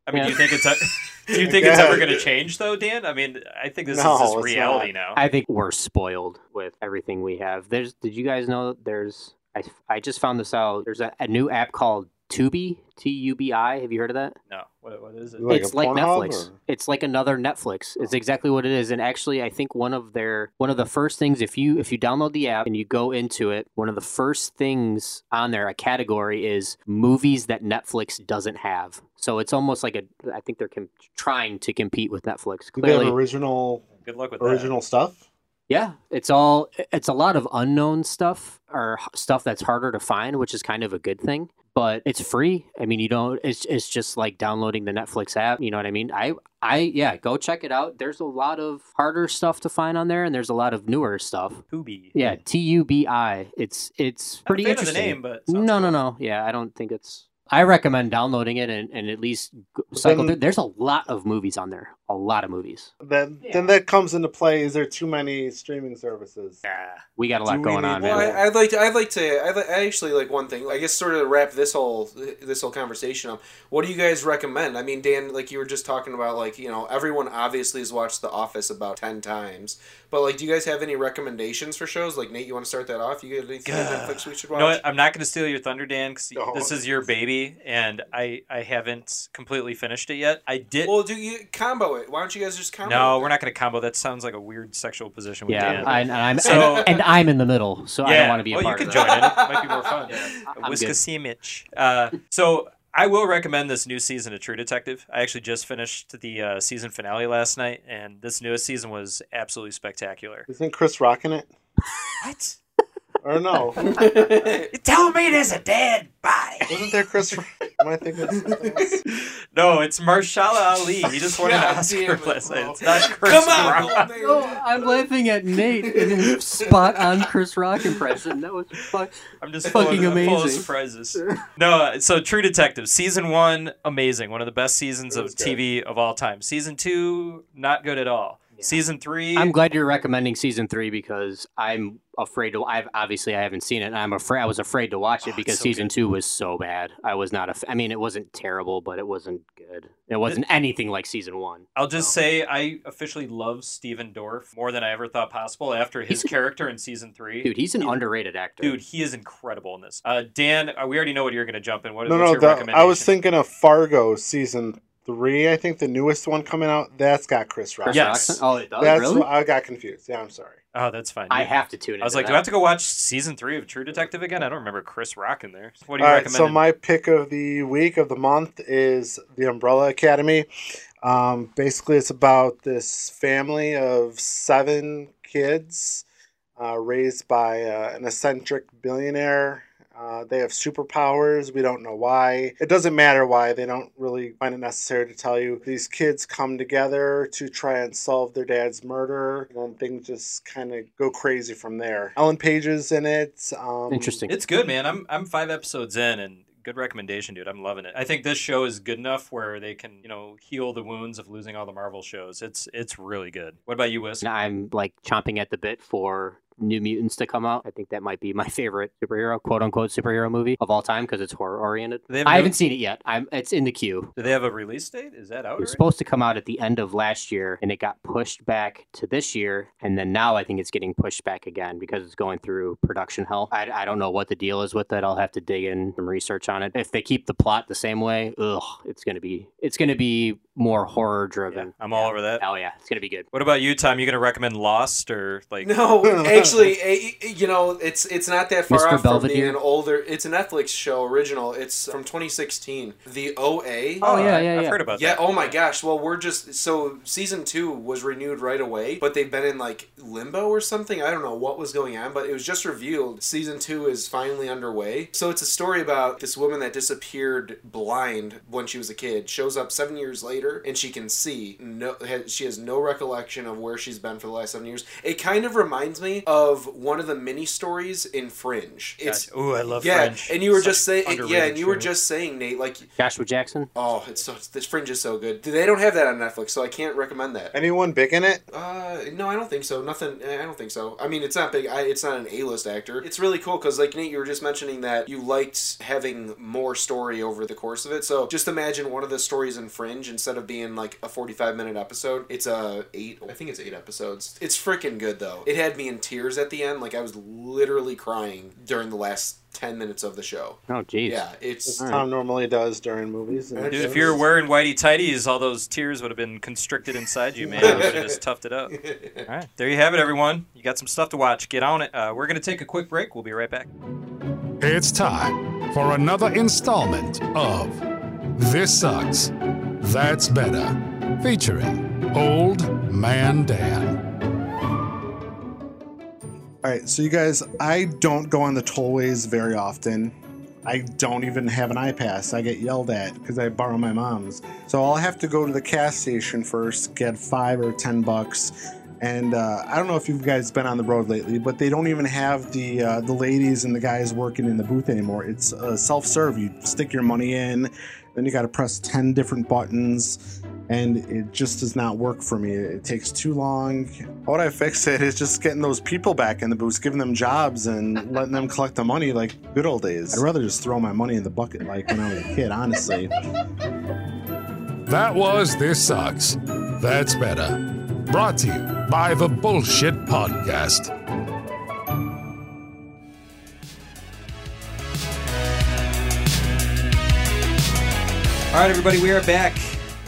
[SPEAKER 10] I mean, do you
[SPEAKER 5] Yeah.
[SPEAKER 10] think it's a, do you think it's
[SPEAKER 5] Yeah.
[SPEAKER 10] ever gonna change though, Dan? I mean, I think this
[SPEAKER 5] No,
[SPEAKER 10] is just
[SPEAKER 5] it's
[SPEAKER 10] reality
[SPEAKER 5] not.
[SPEAKER 10] now.
[SPEAKER 4] I think we're spoiled with everything we have. There's. Did you guys know that there's? I, I just found this out. There's a, a new app called Tubi. T U B I. Have you heard of that?
[SPEAKER 10] No, what, what is it?
[SPEAKER 5] Like
[SPEAKER 4] it's
[SPEAKER 5] a
[SPEAKER 4] like
[SPEAKER 5] Pornhub,
[SPEAKER 4] Netflix.
[SPEAKER 5] or-
[SPEAKER 4] It's like another Netflix. It's exactly what it is. And actually, I think one of their one of the first things if you if you download the app and you go into it, one of the first things on there a category is movies that Netflix doesn't have. So it's almost like a I think they're com- trying to compete with Netflix.
[SPEAKER 5] Do they have
[SPEAKER 4] Clearly,
[SPEAKER 5] original
[SPEAKER 10] Good luck with
[SPEAKER 5] original stuff?
[SPEAKER 4] yeah, it's all it's a lot of unknown stuff or h- stuff that's harder to find, which is kind of a good thing. But it's free. I mean, you don't. It's it's just like downloading the Netflix app. You know what I mean? I I yeah, go check it out. There's a lot of harder stuff to find on there, and there's a lot of newer stuff.
[SPEAKER 10] Tubi.
[SPEAKER 4] Yeah, T U B I. It's it's pretty
[SPEAKER 10] fan of the
[SPEAKER 4] interesting.
[SPEAKER 10] name, but it sounds
[SPEAKER 4] no, no, no. Yeah, I don't think it's. I recommend downloading it and, and at least go- cycle
[SPEAKER 5] Then-
[SPEAKER 4] through. There's a lot of movies on there. A lot of movies.
[SPEAKER 5] Then then that comes into play. Is there too many streaming services?
[SPEAKER 10] Yeah.
[SPEAKER 4] We got a lot
[SPEAKER 5] Do we
[SPEAKER 4] going
[SPEAKER 5] need
[SPEAKER 4] on, man.
[SPEAKER 5] more?
[SPEAKER 2] Well, I, I'd like to. I'd like to. I'd li- I actually like one thing. I guess sort of wrap this whole this whole conversation up. What do you guys recommend? I mean, Dan, like you were just talking about, like you know, everyone obviously has watched The Office about ten times. But like, do you guys have any recommendations for shows? Like Nate, you want to start that off? You got anything on Netflix we should
[SPEAKER 10] You
[SPEAKER 2] watch?
[SPEAKER 10] know what? I'm not going to steal your thunder, Dan, because
[SPEAKER 5] No.
[SPEAKER 10] this is your baby, and I I haven't completely finished it yet. I did.
[SPEAKER 2] Well, do you combo it? Why don't you guys just combo?
[SPEAKER 10] no,
[SPEAKER 2] it?
[SPEAKER 10] we're not going to combo. That sounds like a weird sexual position with
[SPEAKER 4] Yeah,
[SPEAKER 10] Dan.
[SPEAKER 4] I, and I'm
[SPEAKER 10] So-
[SPEAKER 4] and, and I'm in the middle, so I
[SPEAKER 10] Yeah,
[SPEAKER 4] don't want to be a
[SPEAKER 10] well,
[SPEAKER 4] part
[SPEAKER 10] you
[SPEAKER 4] of
[SPEAKER 10] can
[SPEAKER 4] that.
[SPEAKER 10] join in. It might be more fun. A
[SPEAKER 4] I- I'm good.
[SPEAKER 10] Whiskassimich. Uh, so I will recommend this new season of True Detective. I actually just finished the uh, season finale last night, and this newest season was absolutely spectacular.
[SPEAKER 5] Isn't Chris Rock in it?
[SPEAKER 10] What?
[SPEAKER 5] Or no?
[SPEAKER 10] You tell me there's a dead body.
[SPEAKER 5] Wasn't there Chris? Rock? Am I thinking of something else?
[SPEAKER 10] No, it's Marshala Ali. He just won an
[SPEAKER 2] God
[SPEAKER 10] Oscar
[SPEAKER 2] damn it,
[SPEAKER 10] last night.
[SPEAKER 2] bro.
[SPEAKER 10] It's not Chris
[SPEAKER 2] Come on,
[SPEAKER 10] Rock.
[SPEAKER 2] old man.
[SPEAKER 4] Oh, I'm laughing at Nate and his spot on Chris Rock impression. That was fun.
[SPEAKER 10] I'm just
[SPEAKER 4] Fucking
[SPEAKER 10] full of, I'm Full of
[SPEAKER 4] amazing.
[SPEAKER 10] surprises. no, so True Detective season one, amazing, one of the best seasons of TV of all time. Season two, not good at all. Season three,
[SPEAKER 4] I'm glad you're recommending season three because I'm afraid to. I've obviously I haven't seen it. and I'm afraid I was afraid to watch it because
[SPEAKER 10] Oh, so
[SPEAKER 4] season two was so bad. I was not a. f- I mean, it wasn't terrible, but it wasn't good. It wasn't anything like season one.
[SPEAKER 10] I'll just say I officially love Steven Dorff more than I ever thought possible after his
[SPEAKER 4] He's-
[SPEAKER 10] character in season three.
[SPEAKER 4] Dude, he's an underrated actor.
[SPEAKER 10] Dude, he is incredible in this. Uh, Dan, uh, we already know what you're going to jump in. What,
[SPEAKER 5] No,
[SPEAKER 10] what's
[SPEAKER 5] no,
[SPEAKER 10] your
[SPEAKER 5] that,
[SPEAKER 10] recommendation?
[SPEAKER 5] I was thinking of Fargo season three. I think the newest one coming out. That's got Chris Rock.
[SPEAKER 4] Chris
[SPEAKER 10] Yeah.
[SPEAKER 4] Rock's- Oh, it does
[SPEAKER 5] that's
[SPEAKER 4] really.
[SPEAKER 5] why I got confused. Yeah, I'm sorry.
[SPEAKER 10] Oh, that's fine.
[SPEAKER 4] I
[SPEAKER 10] Yeah.
[SPEAKER 4] have to tune in.
[SPEAKER 10] I was like, do I have to go watch season three of True Detective again? I don't remember Chris Rock in there. What do you
[SPEAKER 5] All right,
[SPEAKER 10] recommend?
[SPEAKER 5] so my pick of the week of the month is The Umbrella Academy. Um, basically, it's about this family of seven kids uh, raised by uh, an eccentric billionaire. Uh, they have superpowers. We don't know why. It doesn't matter why. They don't really find it necessary to tell you. These kids come together to try and solve their dad's murder, and then things just kind of go crazy from there. Ellen Page is in it. Um,
[SPEAKER 4] Interesting.
[SPEAKER 10] It's good, man. I'm I'm five episodes in, and good recommendation, dude. I'm loving it. I think this show is good enough where they can, you know, heal the wounds of losing all the Marvel shows. It's it's really good. What about you, Wiz?
[SPEAKER 4] And I'm like chomping at the bit for New Mutants to come out. I think that might be my favorite superhero, quote unquote, superhero movie of all time because it's horror oriented.
[SPEAKER 10] They have
[SPEAKER 4] I
[SPEAKER 10] no-
[SPEAKER 4] haven't seen it yet. I'm it's in the queue.
[SPEAKER 10] Do they have a release date? Is that out?
[SPEAKER 4] It was
[SPEAKER 10] already?
[SPEAKER 4] supposed to come out at the end of last year, and it got pushed back to this year, and then now I think it's getting pushed back again because it's going through production hell. I, I don't know what the deal is with it. I'll have to dig in some research on it. If they keep the plot the same way, ugh, it's gonna be it's gonna be more horror driven.
[SPEAKER 10] I'm all over that.
[SPEAKER 4] Oh yeah, it's gonna be good.
[SPEAKER 10] What about you, Tom? You gonna recommend Lost or like?
[SPEAKER 2] No, actually, eh, eh, you know, it's it's not that far
[SPEAKER 10] Mr.
[SPEAKER 2] off from being
[SPEAKER 10] Belvedere.
[SPEAKER 2] an older. It's a Netflix show original. It's from 2016. The
[SPEAKER 10] Oh,
[SPEAKER 2] OA.
[SPEAKER 10] yeah, yeah, I've yeah. heard about
[SPEAKER 2] Yeah.
[SPEAKER 10] that.
[SPEAKER 2] Oh my gosh. Well, we're just so season two was renewed right away, but they've been in like limbo or something. I don't know what was going on, but it was just revealed. Season two is finally underway. So it's a story about this woman that disappeared blind when she was a kid. Shows up seven years later and she can see. No, has, she has no recollection of where she's been for the last seven years. It kind of reminds me of one of the mini stories in Fringe. It's
[SPEAKER 10] Gotcha. Ooh, I love
[SPEAKER 2] yeah,
[SPEAKER 10] Fringe.
[SPEAKER 2] and you were
[SPEAKER 10] Such
[SPEAKER 2] just saying yeah,
[SPEAKER 10] underrated
[SPEAKER 2] and you were
[SPEAKER 10] show.
[SPEAKER 2] just saying Nate like
[SPEAKER 4] Joshua Jackson.
[SPEAKER 2] Oh, it's so this fringe is so good. They don't have that on Netflix, so I can't recommend that.
[SPEAKER 5] Anyone big in it?
[SPEAKER 2] Uh, no, I don't think so. Nothing. eh, I don't think so. I mean, it's not big. I, it's not an A-list actor. It's really cool because, like Nate, you were just mentioning that you liked having more story over the course of it. So just imagine one of the stories in Fringe instead of being like a forty-five minute episode, it's a eight. I think it's eight episodes. It's freaking good though. It had me in tears at the end. Like I was literally crying during the last ten minutes of the show.
[SPEAKER 4] Oh jeez.
[SPEAKER 2] Yeah, it's
[SPEAKER 5] As Tom normally does during movies. and
[SPEAKER 10] Dude, if
[SPEAKER 5] shows.
[SPEAKER 10] you were wearing whitey tighties, all those tears would have been constricted inside you, man. You would have just toughed it up. All right, there you have it, everyone. You got some stuff to watch. Get on it. Uh, we're gonna take a quick break. We'll be right back.
[SPEAKER 12] It's time for another installment of This Sucks, That's Better, featuring Old Man Dan.
[SPEAKER 5] All right, so you guys, I don't go on the tollways very often. I don't even have an eye pass. I get yelled at because I borrow my mom's. So I'll have to go to the gas station first, get five or ten bucks. And uh, I don't know if you guys been on the road lately, but they don't even have the uh, the ladies and the guys working in the booth anymore. It's uh, self serve. You stick your money in, then you got to press ten different buttons and it just does not work for me. It takes too long. How would I fix it? It's just getting those people back in the booths, giving them jobs and letting them collect the money like good old days. I'd rather just throw my money in the bucket like when I was a kid, honestly.
[SPEAKER 12] That was This Sucks, That's Better, brought to you by the Bullshit Podcast.
[SPEAKER 10] All right, everybody, we are back,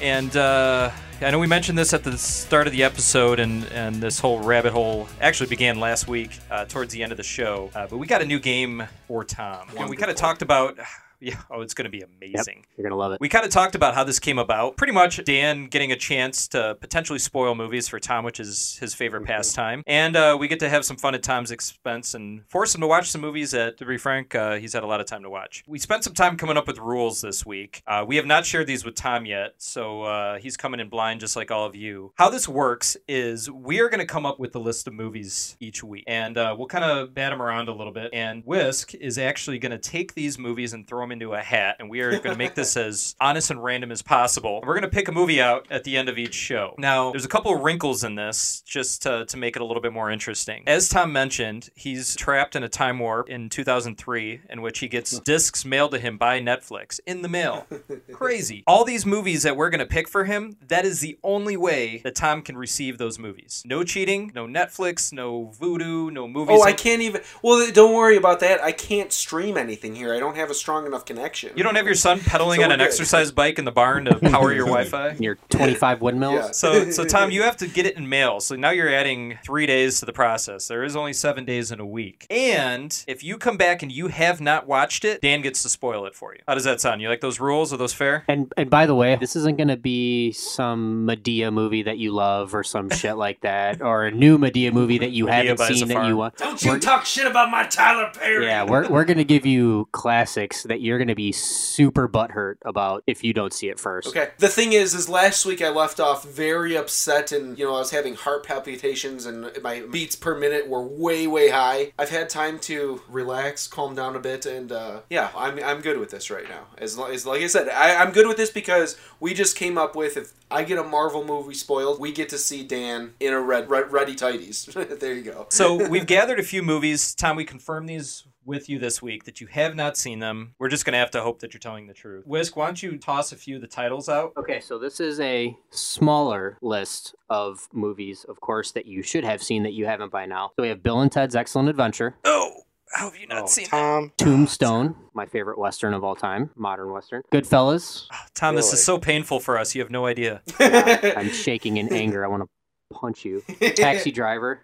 [SPEAKER 10] and uh, I know we mentioned this at the start of the episode, and and this whole rabbit hole actually began last week uh, towards the end of the show. Uh, but we got a new game for Tom, and we kind of talked about. Yeah, oh, it's going to be amazing.
[SPEAKER 4] You're gonna love it.
[SPEAKER 10] We kind of talked about how this came about. Pretty much Dan getting a chance to potentially spoil movies for Tom, which is his favorite pastime. And uh, we get to have some fun at Tom's expense and force him to watch some movies that, to be frank, uh, he's had a lot of time to watch. We spent some time coming up with rules this week. Uh, we have not shared these with Tom yet, so uh, he's coming in blind just like all of you. How this works is we are going to come up with a list of movies each week, and uh, we'll kind of bat them around a little bit. And Whisk is actually going to take these movies and throw them into a hat, and we are going to make this as honest and random as possible. We're going to pick a movie out at the end of each show. Now, there's a couple of wrinkles in this just to, to make it a little bit more interesting. As Tom mentioned, he's trapped in a time warp in 2003 in which he gets discs mailed to him by Netflix in the mail. Crazy. All these movies that we're going to pick for him, that is the only way that Tom can receive those movies. No cheating, no Netflix, no voodoo, no movies.
[SPEAKER 2] Oh, I can't even. Well, th- don't worry about that. I can't stream anything here. I don't have a strong enough connection.
[SPEAKER 10] You don't have your son pedaling
[SPEAKER 2] So
[SPEAKER 10] on
[SPEAKER 2] we're
[SPEAKER 10] an
[SPEAKER 2] good.
[SPEAKER 10] exercise bike in the barn to power your Wi-Fi.
[SPEAKER 4] Your 25 windmills.
[SPEAKER 10] So, so Tom, you have to get it in mail. So now you're adding three days to the process. There is only seven days in a week. And if you come back and you have not watched it, Dan gets to spoil it for you. How does that sound? You like those rules? Are those fair?
[SPEAKER 4] And and by the way, this isn't gonna be some Medea movie that you love or some shit like that, or a new Medea movie that you
[SPEAKER 10] Madea
[SPEAKER 4] haven't
[SPEAKER 10] buys a
[SPEAKER 4] seen that
[SPEAKER 10] farm.
[SPEAKER 4] you want.
[SPEAKER 7] Don't you talk shit about my Tyler Perry.
[SPEAKER 4] Yeah, we're we're gonna give you classics that you're you're going to be super butthurt about if you don't see it first.
[SPEAKER 2] Okay. The thing is, is last week I left off very upset, and you know I was having heart palpitations, and my beats per minute were way, way high. I've had time to relax, calm down a bit, and uh, yeah, I'm I'm good with this right now. As long as like I said, I, I'm good with this because we just came up with if I get a Marvel movie spoiled, we get to see Dan in a red, red ready tighties. there you go.
[SPEAKER 10] So we've gathered a few movies. Tom, we confirm these with you this week that you have not seen them. We're just going to have to hope that you're telling the truth. Whisk, why don't you toss a few of the titles out?
[SPEAKER 4] Okay, so this is a smaller list of movies, of course, that you should have seen that you haven't by now. So we have Bill and Ted's Excellent Adventure.
[SPEAKER 10] Oh, how have you not seen
[SPEAKER 5] Tom.
[SPEAKER 4] Tombstone, my favorite Western of all time, modern Western. Goodfellas.
[SPEAKER 10] Tom, this is so painful for us. You have no idea.
[SPEAKER 4] I'm shaking in anger. I want to punch you. Taxi Driver.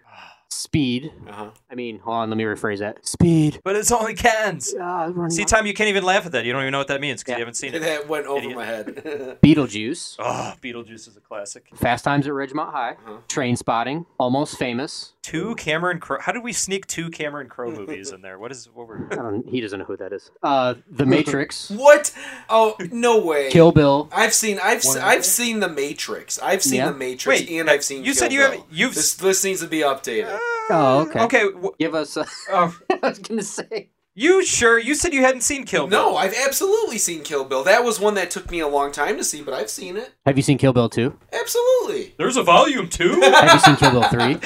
[SPEAKER 4] Speed.
[SPEAKER 2] Uh-huh.
[SPEAKER 4] I mean, hold on, let me rephrase that. Ah, Speed.
[SPEAKER 10] But it's only cans.
[SPEAKER 4] running
[SPEAKER 10] See, Tom, you can't even laugh at that. You don't even know what that means because you haven't seen it.
[SPEAKER 2] That went over my head.
[SPEAKER 4] Beetlejuice.
[SPEAKER 10] Oh, Beetlejuice is a classic.
[SPEAKER 4] Fast Times at Ridgemont High. Train Spotting. Almost Famous.
[SPEAKER 10] Two Cameron Crowe. How did we sneak two Cameron Crowe movies in there? What is what
[SPEAKER 4] I
[SPEAKER 10] were?
[SPEAKER 4] don't, he doesn't know who that is. Uh, the Matrix.
[SPEAKER 2] what? Oh no way.
[SPEAKER 4] Kill Bill.
[SPEAKER 2] I've seen I've se- I've seen The Matrix. I've seen
[SPEAKER 4] Yeah.
[SPEAKER 2] The Matrix
[SPEAKER 10] Wait, eh,
[SPEAKER 2] and I've seen
[SPEAKER 10] you
[SPEAKER 2] Kill
[SPEAKER 10] said you
[SPEAKER 2] Bill.
[SPEAKER 10] haven't- you've- Ah.
[SPEAKER 2] this, this needs to be updated.
[SPEAKER 4] Oh, okay.
[SPEAKER 10] Okay, w-
[SPEAKER 4] Give us. A,
[SPEAKER 10] oh,
[SPEAKER 4] I was gonna say.
[SPEAKER 10] you sure? You said you hadn't seen Kill Bill.
[SPEAKER 2] No, I've absolutely seen Kill Bill. That was one that took me a long time to see, but I've seen it.
[SPEAKER 4] Have you seen Kill Bill two?
[SPEAKER 2] Absolutely.
[SPEAKER 10] There's a volume two.
[SPEAKER 4] Have you seen Kill Bill three?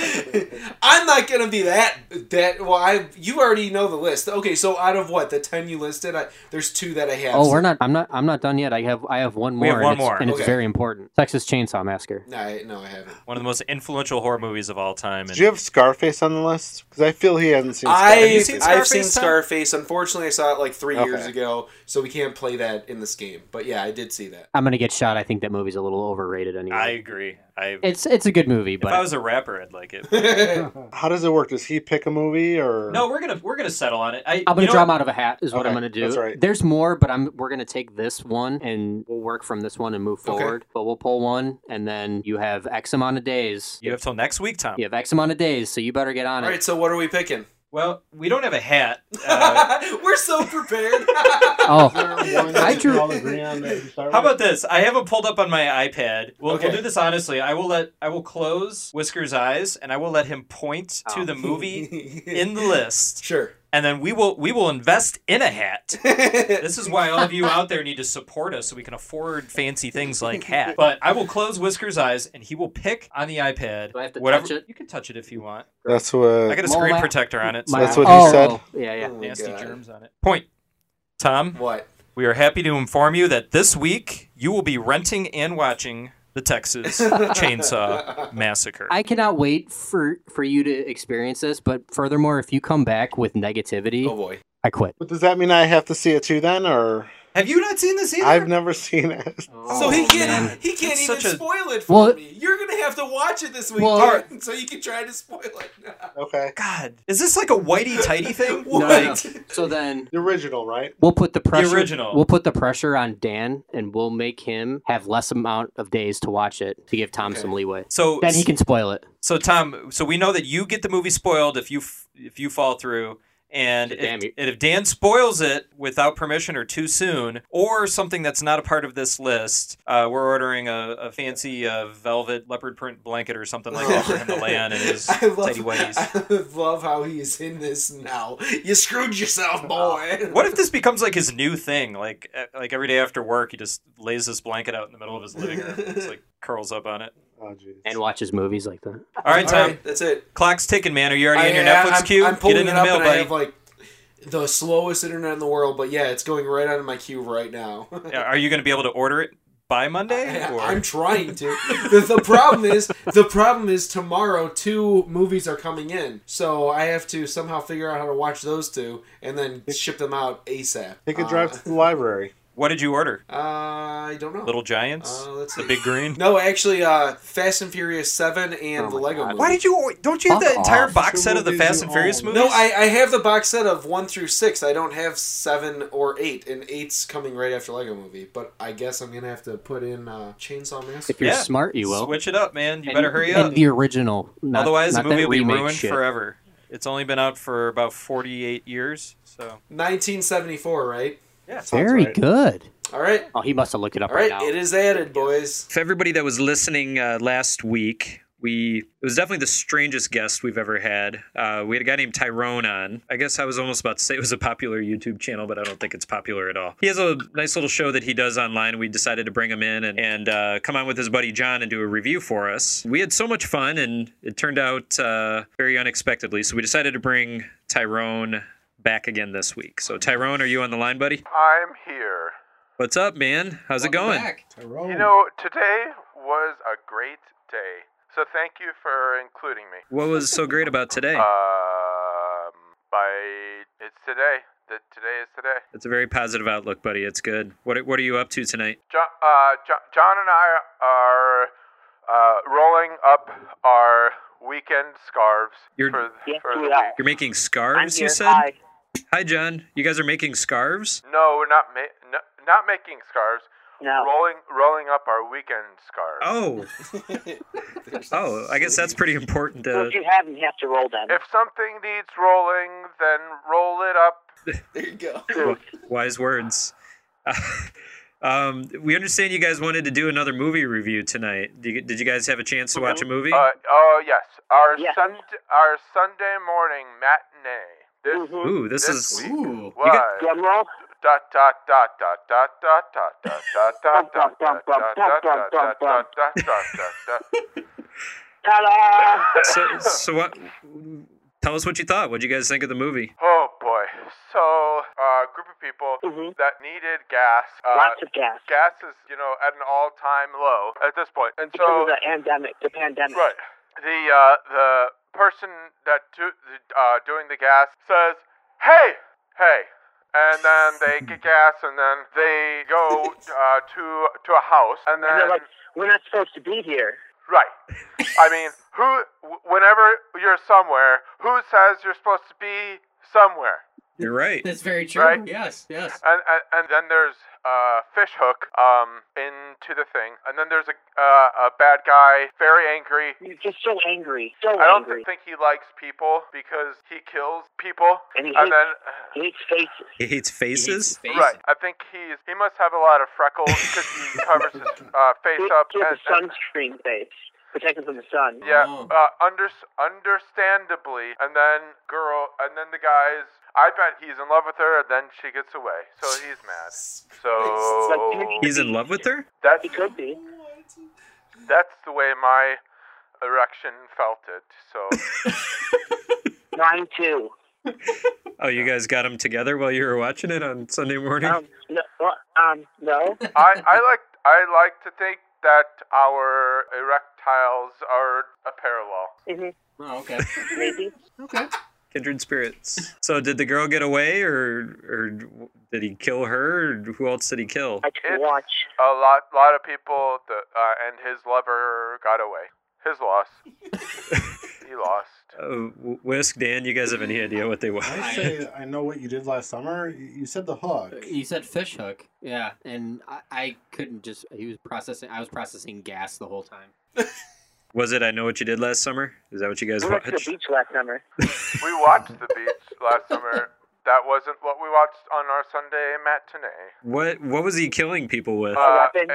[SPEAKER 2] I'm not gonna be that that. Well, I you already know the list. Okay, so out of what the ten you listed, I, there's two that I have.
[SPEAKER 4] Oh, we're not. I'm not. I'm not done yet. I have. I have one more.
[SPEAKER 10] We have one
[SPEAKER 4] and it's,
[SPEAKER 10] more.
[SPEAKER 4] and it's
[SPEAKER 2] Okay.
[SPEAKER 4] very important. Texas Chainsaw Massacre.
[SPEAKER 2] No, I, no, I haven't.
[SPEAKER 10] One of the most influential horror movies of all time.
[SPEAKER 5] Did you have Scarface on the list? Because I feel he hasn't seen
[SPEAKER 2] I
[SPEAKER 5] Scarface.
[SPEAKER 10] you seen
[SPEAKER 2] I've
[SPEAKER 10] Scarface,
[SPEAKER 2] seen
[SPEAKER 10] Tom?
[SPEAKER 2] Scarface. Unfortunately, I saw it like three
[SPEAKER 5] Okay.
[SPEAKER 2] years ago, so we can't play that in this game. But yeah, I did see that.
[SPEAKER 4] I'm gonna get shot. I think that movie's a little overrated anyway.
[SPEAKER 10] I agree. I
[SPEAKER 4] It's it's a good movie,
[SPEAKER 10] if I
[SPEAKER 4] but
[SPEAKER 10] was a rapper, I'd like it.
[SPEAKER 5] How does it work? Does he pick a movie or
[SPEAKER 10] No, we're gonna we're gonna settle on it. I,
[SPEAKER 4] I'm
[SPEAKER 10] you
[SPEAKER 4] gonna
[SPEAKER 10] know
[SPEAKER 4] draw
[SPEAKER 10] what?
[SPEAKER 4] them out of a hat. Is what I'm
[SPEAKER 5] Okay,
[SPEAKER 4] gonna do.
[SPEAKER 5] that's right.
[SPEAKER 4] There's more, but I'm we're gonna take this one and we'll work from this one and move forward. But we'll pull one, and then you have X amount of days.
[SPEAKER 10] You have till next week, Tom.
[SPEAKER 4] You have X amount of days, so you better get on
[SPEAKER 2] All
[SPEAKER 4] it.
[SPEAKER 2] right, so what are we picking?
[SPEAKER 10] Well, we don't have a hat. Uh,
[SPEAKER 2] we're so prepared.
[SPEAKER 4] Oh, I
[SPEAKER 5] We
[SPEAKER 4] drew.
[SPEAKER 5] all agree on that you start
[SPEAKER 10] How
[SPEAKER 5] with?
[SPEAKER 10] about this? I have it pulled up on my iPad. We'll,
[SPEAKER 2] Okay.
[SPEAKER 10] we'll do this honestly. I will let I will close Whisker's eyes and I will let him point to
[SPEAKER 4] Oh.
[SPEAKER 10] the movie in the list,
[SPEAKER 2] sure.
[SPEAKER 10] and then we will we will invest in a hat.
[SPEAKER 2] Oh,
[SPEAKER 10] This is why all of you out there need to support us so we can afford fancy things like hat. But I will close Whisker's eyes and he will pick on the iPad
[SPEAKER 4] Do I have to
[SPEAKER 10] whatever
[SPEAKER 4] touch it?
[SPEAKER 10] you can touch it if you want.
[SPEAKER 5] That's
[SPEAKER 10] I
[SPEAKER 5] what.
[SPEAKER 10] got a
[SPEAKER 4] Well,
[SPEAKER 10] screen
[SPEAKER 4] my-
[SPEAKER 10] protector on it. So
[SPEAKER 4] My-
[SPEAKER 5] That's what he said.
[SPEAKER 4] Yeah, yeah.
[SPEAKER 2] Oh,
[SPEAKER 10] nasty
[SPEAKER 2] God.
[SPEAKER 10] germs on it. Point. Tom,
[SPEAKER 2] What?
[SPEAKER 10] we are happy to inform you that this week you will be renting and watching the Texas Chainsaw Massacre.
[SPEAKER 4] I cannot wait for for you to experience this. But furthermore, if you come back with negativity,
[SPEAKER 2] Oh boy.
[SPEAKER 4] I quit.
[SPEAKER 5] But does that mean I have to see it too then, or
[SPEAKER 10] Have you not seen this either?
[SPEAKER 5] I've never seen it?
[SPEAKER 10] Oh.
[SPEAKER 2] So Oh, he can't
[SPEAKER 4] Oh, man.
[SPEAKER 2] he can't
[SPEAKER 10] That's
[SPEAKER 2] even
[SPEAKER 10] such a-
[SPEAKER 2] spoil it for
[SPEAKER 4] Well-
[SPEAKER 2] me. You're gonna have to watch it this week,
[SPEAKER 4] Well-
[SPEAKER 2] Bart, so you can try to spoil it.
[SPEAKER 5] Okay,
[SPEAKER 10] God, is this like a whitey tighty thing?
[SPEAKER 4] No,
[SPEAKER 2] what?
[SPEAKER 4] no, no. So then
[SPEAKER 5] the original, right?
[SPEAKER 4] we'll put the pressure.
[SPEAKER 10] original.
[SPEAKER 4] We'll put the pressure on Dan, and we'll make him have less amount of days to watch it to give Tom some leeway.
[SPEAKER 10] So
[SPEAKER 4] Then he can spoil it.
[SPEAKER 10] so Tom, so we know that you get the movie spoiled if you f- if you fall through. And
[SPEAKER 4] So
[SPEAKER 10] if,
[SPEAKER 4] damn you.
[SPEAKER 10] and if Dan spoils it without permission or too soon, or something that's not a part of this list, uh, we're ordering a, a fancy uh, velvet leopard print blanket or something like that for him to lay on in his
[SPEAKER 2] I love,
[SPEAKER 10] tighty whities.
[SPEAKER 2] I love how he is in this now. You screwed yourself, boy.
[SPEAKER 10] What if this becomes like his new thing? Like uh, like every day after work, he just lays this blanket out in the middle of his living room, and just like curls up on it.
[SPEAKER 5] Oh jeez.
[SPEAKER 4] and watches movies like that.
[SPEAKER 10] All right,
[SPEAKER 2] All
[SPEAKER 10] Tom.
[SPEAKER 2] right, that's it.
[SPEAKER 10] Clock's ticking, man. Are you already in your
[SPEAKER 2] I-
[SPEAKER 10] Netflix
[SPEAKER 2] I'm-
[SPEAKER 10] queue?
[SPEAKER 2] I'm pulling
[SPEAKER 10] Get it in
[SPEAKER 2] up
[SPEAKER 10] the mail,
[SPEAKER 2] and I
[SPEAKER 10] buddy.
[SPEAKER 2] have like the slowest internet in the world, but yeah, it's going right out of my queue right now.
[SPEAKER 10] Uh, Are you going to be able to order it by Monday? Or?
[SPEAKER 2] I'm trying to. The, the problem is, the problem is tomorrow two movies are coming in, so I have to somehow figure out how to watch those two and then ship them out ASAP.
[SPEAKER 5] Take
[SPEAKER 10] Uh,
[SPEAKER 5] a drive to the library.
[SPEAKER 10] what did you order?
[SPEAKER 2] Uh, I don't know.
[SPEAKER 10] Little Giants,
[SPEAKER 2] Uh, let's
[SPEAKER 10] the
[SPEAKER 2] see.
[SPEAKER 10] Big Green.
[SPEAKER 2] No, actually, uh, Fast and Furious Seven and the Lego movie.
[SPEAKER 10] Why did you? or- Don't you have
[SPEAKER 4] Fuck
[SPEAKER 10] the entire
[SPEAKER 4] off.
[SPEAKER 10] box
[SPEAKER 5] Two
[SPEAKER 10] set of the
[SPEAKER 5] movies
[SPEAKER 10] Fast
[SPEAKER 5] you
[SPEAKER 10] and Furious
[SPEAKER 5] own.
[SPEAKER 10] movies?
[SPEAKER 2] No, I, I have the box set of one through six. I don't have seven or eight, and eight's coming right after Lego Movie. But I guess I'm gonna have to put in uh, Chainsaw
[SPEAKER 4] If
[SPEAKER 2] Massacre.
[SPEAKER 4] you're
[SPEAKER 10] Yeah.
[SPEAKER 4] smart, you will.
[SPEAKER 10] switch it up, man. You
[SPEAKER 4] And-
[SPEAKER 10] better hurry
[SPEAKER 4] and
[SPEAKER 10] up.
[SPEAKER 4] the original. Not,
[SPEAKER 10] Otherwise,
[SPEAKER 4] not
[SPEAKER 10] the movie
[SPEAKER 4] that
[SPEAKER 10] will be
[SPEAKER 4] remake
[SPEAKER 10] ruined
[SPEAKER 4] shit.
[SPEAKER 10] forever. It's only been out for about forty-eight years, so
[SPEAKER 2] 1974, right? Yeah,
[SPEAKER 4] Very good.
[SPEAKER 2] All right.
[SPEAKER 4] Oh, he must have looked it up
[SPEAKER 2] All right,
[SPEAKER 4] right
[SPEAKER 2] it is added, boys.
[SPEAKER 10] For everybody that was listening uh, last week, we it was definitely the strangest guest we've ever had. Uh, we had a guy named Tyrone on. I guess I was almost about to say it was a popular YouTube channel, but I don't think it's popular at all. He has a nice little show that he does online. We decided to bring him in and, and uh, come on with his buddy John and do a review for us. We had so much fun, and it turned out uh, very unexpectedly. So we decided to bring Tyrone back again this week. So Tyrone, are you on the line, buddy?
[SPEAKER 6] I'm here.
[SPEAKER 10] What's up, man? How's it going?
[SPEAKER 6] You know, today was a great day. So thank you for including me.
[SPEAKER 10] What was so great about today?
[SPEAKER 6] Uh, Um, by it's today. That today is today.
[SPEAKER 10] It's a very positive outlook, buddy. It's good. What What are you up to tonight?
[SPEAKER 6] John, uh, John, John and I are uh, rolling up our weekend scarves
[SPEAKER 10] You're-
[SPEAKER 6] for, for the
[SPEAKER 10] we
[SPEAKER 6] week.
[SPEAKER 10] You're making scarves.
[SPEAKER 6] here.
[SPEAKER 10] You said.
[SPEAKER 6] Hi.
[SPEAKER 10] Hi, John. You guys are making scarves.
[SPEAKER 6] No, we're not ma- no, not making scarves. No. Rolling rolling up our weekend scarves.
[SPEAKER 10] Oh. oh, I guess that's pretty important. uh, To,
[SPEAKER 6] have them, you have to roll them. If something needs rolling, then roll it up.
[SPEAKER 2] there you go.
[SPEAKER 10] wise words. um, we understand you guys wanted to do another movie review tonight. Did you, did you guys have a chance to watch a movie?
[SPEAKER 6] Uh, oh yes, our Sun our Sunday morning matinee. This
[SPEAKER 10] Ooh, this is-
[SPEAKER 6] week
[SPEAKER 10] Ooh.
[SPEAKER 6] was dot dot dot dot dot dot dot dot dot dot dot dot dot dot dot dot dot dot dot dot.
[SPEAKER 10] Ta-da! so, so what? Tell us what you thought. What did you guys think of the movie?
[SPEAKER 6] Oh boy. So, uh, group of people that needed gas. Uh,
[SPEAKER 13] Lots of gas.
[SPEAKER 6] Gas is, you know, at an all-time low at this point. And
[SPEAKER 13] Because
[SPEAKER 6] so
[SPEAKER 13] of the pandemic, the pandemic.
[SPEAKER 6] Right. The uh, the person that do, the, uh, doing the gas says, "Hey, hey," and then they get gas, and then they go uh, to to a house, and then
[SPEAKER 13] And they're like, we're not supposed to be here.
[SPEAKER 6] right. I mean, who? w- Whenever you're somewhere, who says you're supposed to be somewhere?
[SPEAKER 10] You're right.
[SPEAKER 14] That's very true.
[SPEAKER 6] Right.
[SPEAKER 14] Yes, yes.
[SPEAKER 6] And, and, and then there's a fish hook um, into the thing. And then there's a, uh, a bad guy, very angry.
[SPEAKER 13] He's just so angry. So
[SPEAKER 6] I don't
[SPEAKER 13] angry.
[SPEAKER 6] think he likes people because he kills people.
[SPEAKER 13] And he hates-
[SPEAKER 6] then.
[SPEAKER 13] He hates faces.
[SPEAKER 10] He hates faces.
[SPEAKER 6] Right. I think he's he must have a lot of freckles because he covers his uh, face
[SPEAKER 13] He
[SPEAKER 6] up.
[SPEAKER 13] he has a
[SPEAKER 6] and- and-
[SPEAKER 13] sunscreen face, protecting from the sun.
[SPEAKER 6] yeah, uh, under, understandably, and then girl, and then the guys. I bet he's in love with her, and then she gets away, so he's mad. So
[SPEAKER 10] He's in love with her.
[SPEAKER 6] That's, he could be. That's the way my erection felt it. So
[SPEAKER 13] mine too.
[SPEAKER 10] Oh, you guys got them together while you were watching it on Sunday morning.
[SPEAKER 6] Oh.
[SPEAKER 13] Um, no, well, um, no.
[SPEAKER 6] I I like I like to think that our erectiles are a parallel.
[SPEAKER 13] Mm-hmm. Oh, okay. Maybe. Okay.
[SPEAKER 10] Kindred spirits. So, did the girl get away, or or did he kill her? Or who else did he kill?
[SPEAKER 6] It's A lot, lot of people, the, uh, and his lover got away. His loss. he lost.
[SPEAKER 10] Uh, Wh- Whisk, Dan, you guys have any idea what they
[SPEAKER 5] I
[SPEAKER 10] watched?
[SPEAKER 5] say I know what you did last summer. You you said the hook.
[SPEAKER 14] You said fish hook. Yeah, and I, I couldn't just. He was processing. I was processing gas the whole time.
[SPEAKER 10] Was it I know what you did last summer? Is that what you guys
[SPEAKER 6] We went to the
[SPEAKER 10] watched?
[SPEAKER 13] Beach last summer.
[SPEAKER 6] We watched the beach last summer. That wasn't what we watched on our Sunday matinee.
[SPEAKER 10] What what was he killing people with?
[SPEAKER 6] Uh, eh,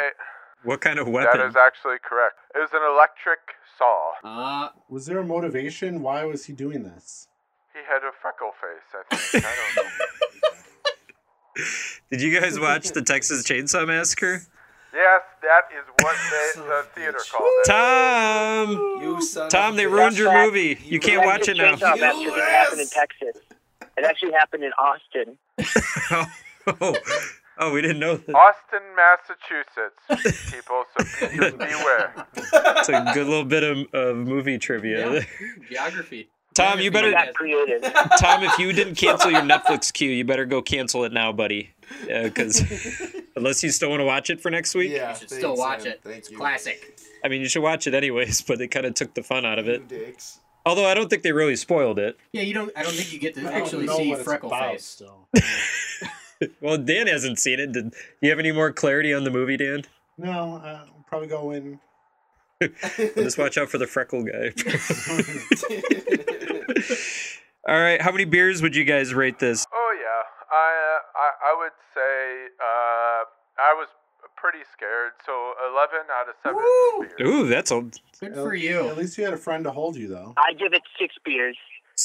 [SPEAKER 10] what kind of
[SPEAKER 6] that
[SPEAKER 10] weapon?
[SPEAKER 6] is actually correct. It was an electric saw.
[SPEAKER 14] Uh,
[SPEAKER 5] Was there a motivation? Why was he doing this?
[SPEAKER 6] He had a freckle face, I think. I don't know.
[SPEAKER 10] Did you guys watch the Texas Chainsaw Massacre?
[SPEAKER 6] Yes, that is what they, the theater called it.
[SPEAKER 10] Tom, Tom, they ruined your movie. You can't watch it now.
[SPEAKER 13] Chainsaw Massacre that happened in Texas. It actually happened in Austin.
[SPEAKER 10] Oh, oh, we didn't know that.
[SPEAKER 6] Austin, Massachusetts, people, so please beware.
[SPEAKER 10] It's a good little bit of, of movie trivia. there.
[SPEAKER 14] Geography.
[SPEAKER 10] Tom, you better.
[SPEAKER 13] Got creative.
[SPEAKER 10] Tom, if you didn't cancel your Netflix queue, you better go cancel it now, buddy. Because unless you still want to watch it for next week,
[SPEAKER 14] you should still watch it. it's classic.
[SPEAKER 10] I mean, you should watch it anyways. But they kind of took the fun out of it. Although I don't think they really spoiled it.
[SPEAKER 14] Yeah, you don't. I don't think you get to
[SPEAKER 5] I don't
[SPEAKER 14] actually
[SPEAKER 5] know
[SPEAKER 14] see
[SPEAKER 5] what it's
[SPEAKER 14] freckle
[SPEAKER 5] about
[SPEAKER 14] face.
[SPEAKER 10] Well, Dan hasn't seen it. Did you have any more clarity on the movie, Dan?
[SPEAKER 5] No, uh, I'll probably go in.
[SPEAKER 10] Just watch out for the freckle guy. All right, how many beers would you guys rate this?
[SPEAKER 6] Oh yeah, I uh, I I would say was pretty scared. So 11 out of 7 beers.
[SPEAKER 10] Ooh, that's a
[SPEAKER 5] Good for you. At least you had a friend to hold you, though.
[SPEAKER 13] I give it six beers.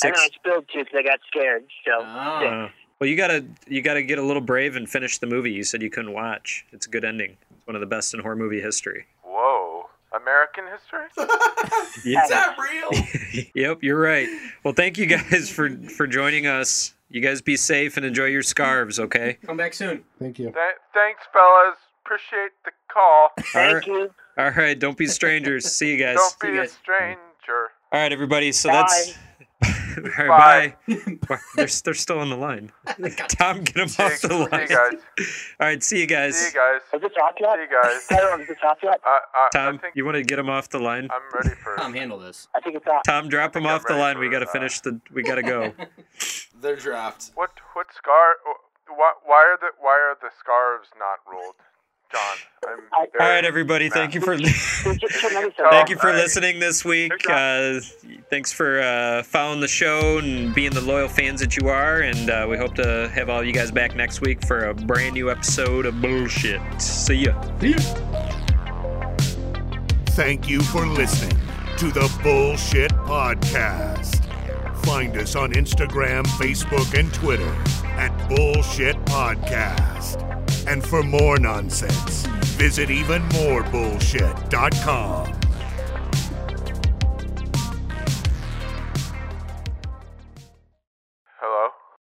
[SPEAKER 13] And
[SPEAKER 10] Six.
[SPEAKER 13] then I spilled two because I got scared. So
[SPEAKER 14] Ah.
[SPEAKER 13] six.
[SPEAKER 10] Uh, well, you gotta you gotta get a little brave and finish the movie. You said you couldn't watch. It's a good ending. It's one of the best in horror movie history.
[SPEAKER 6] Whoa. American history?
[SPEAKER 10] Yeah.
[SPEAKER 2] real?
[SPEAKER 10] yep, you're right. Well, thank you guys for for joining us. You guys be safe and enjoy your scarves, okay?
[SPEAKER 14] Come back soon.
[SPEAKER 5] Thank you.
[SPEAKER 6] Th- thanks, fellas. Appreciate the call.
[SPEAKER 10] All right. All right, don't be strangers. See you guys.
[SPEAKER 6] Don't be a stranger.
[SPEAKER 10] All right, everybody. So that's all right, bye. they're, they're still on the line. Tom, get them off the line.
[SPEAKER 6] guys.
[SPEAKER 10] All right, see you guys.
[SPEAKER 6] See you guys.
[SPEAKER 13] Is this off yet?
[SPEAKER 6] See you guys.
[SPEAKER 13] Is this off yet?
[SPEAKER 10] Tom, you want to get him off the line?
[SPEAKER 6] I'm ready for
[SPEAKER 14] Tom, handle this.
[SPEAKER 13] I think it's off.
[SPEAKER 10] Tom, drop him off the line. We got to finish the. We got to go.
[SPEAKER 2] They're dropped.
[SPEAKER 6] What what scar? Why, why are the why are the scarves not ruled, John? I'm,
[SPEAKER 10] All right, everybody. Thank you for thank
[SPEAKER 13] Oh,
[SPEAKER 6] Tom,
[SPEAKER 10] you for
[SPEAKER 6] I-
[SPEAKER 10] listening this week. Uh, thanks for uh, following the show and being the loyal fans that you are. And uh, we hope to have all you guys back next week for a brand new episode of bullshit. See ya. See ya.
[SPEAKER 9] Thank you for listening to the Bullshit Podcast. Find us on Instagram, Facebook, and Twitter at Bullshit Podcast. And for more nonsense, visit evenmorebullshit.com.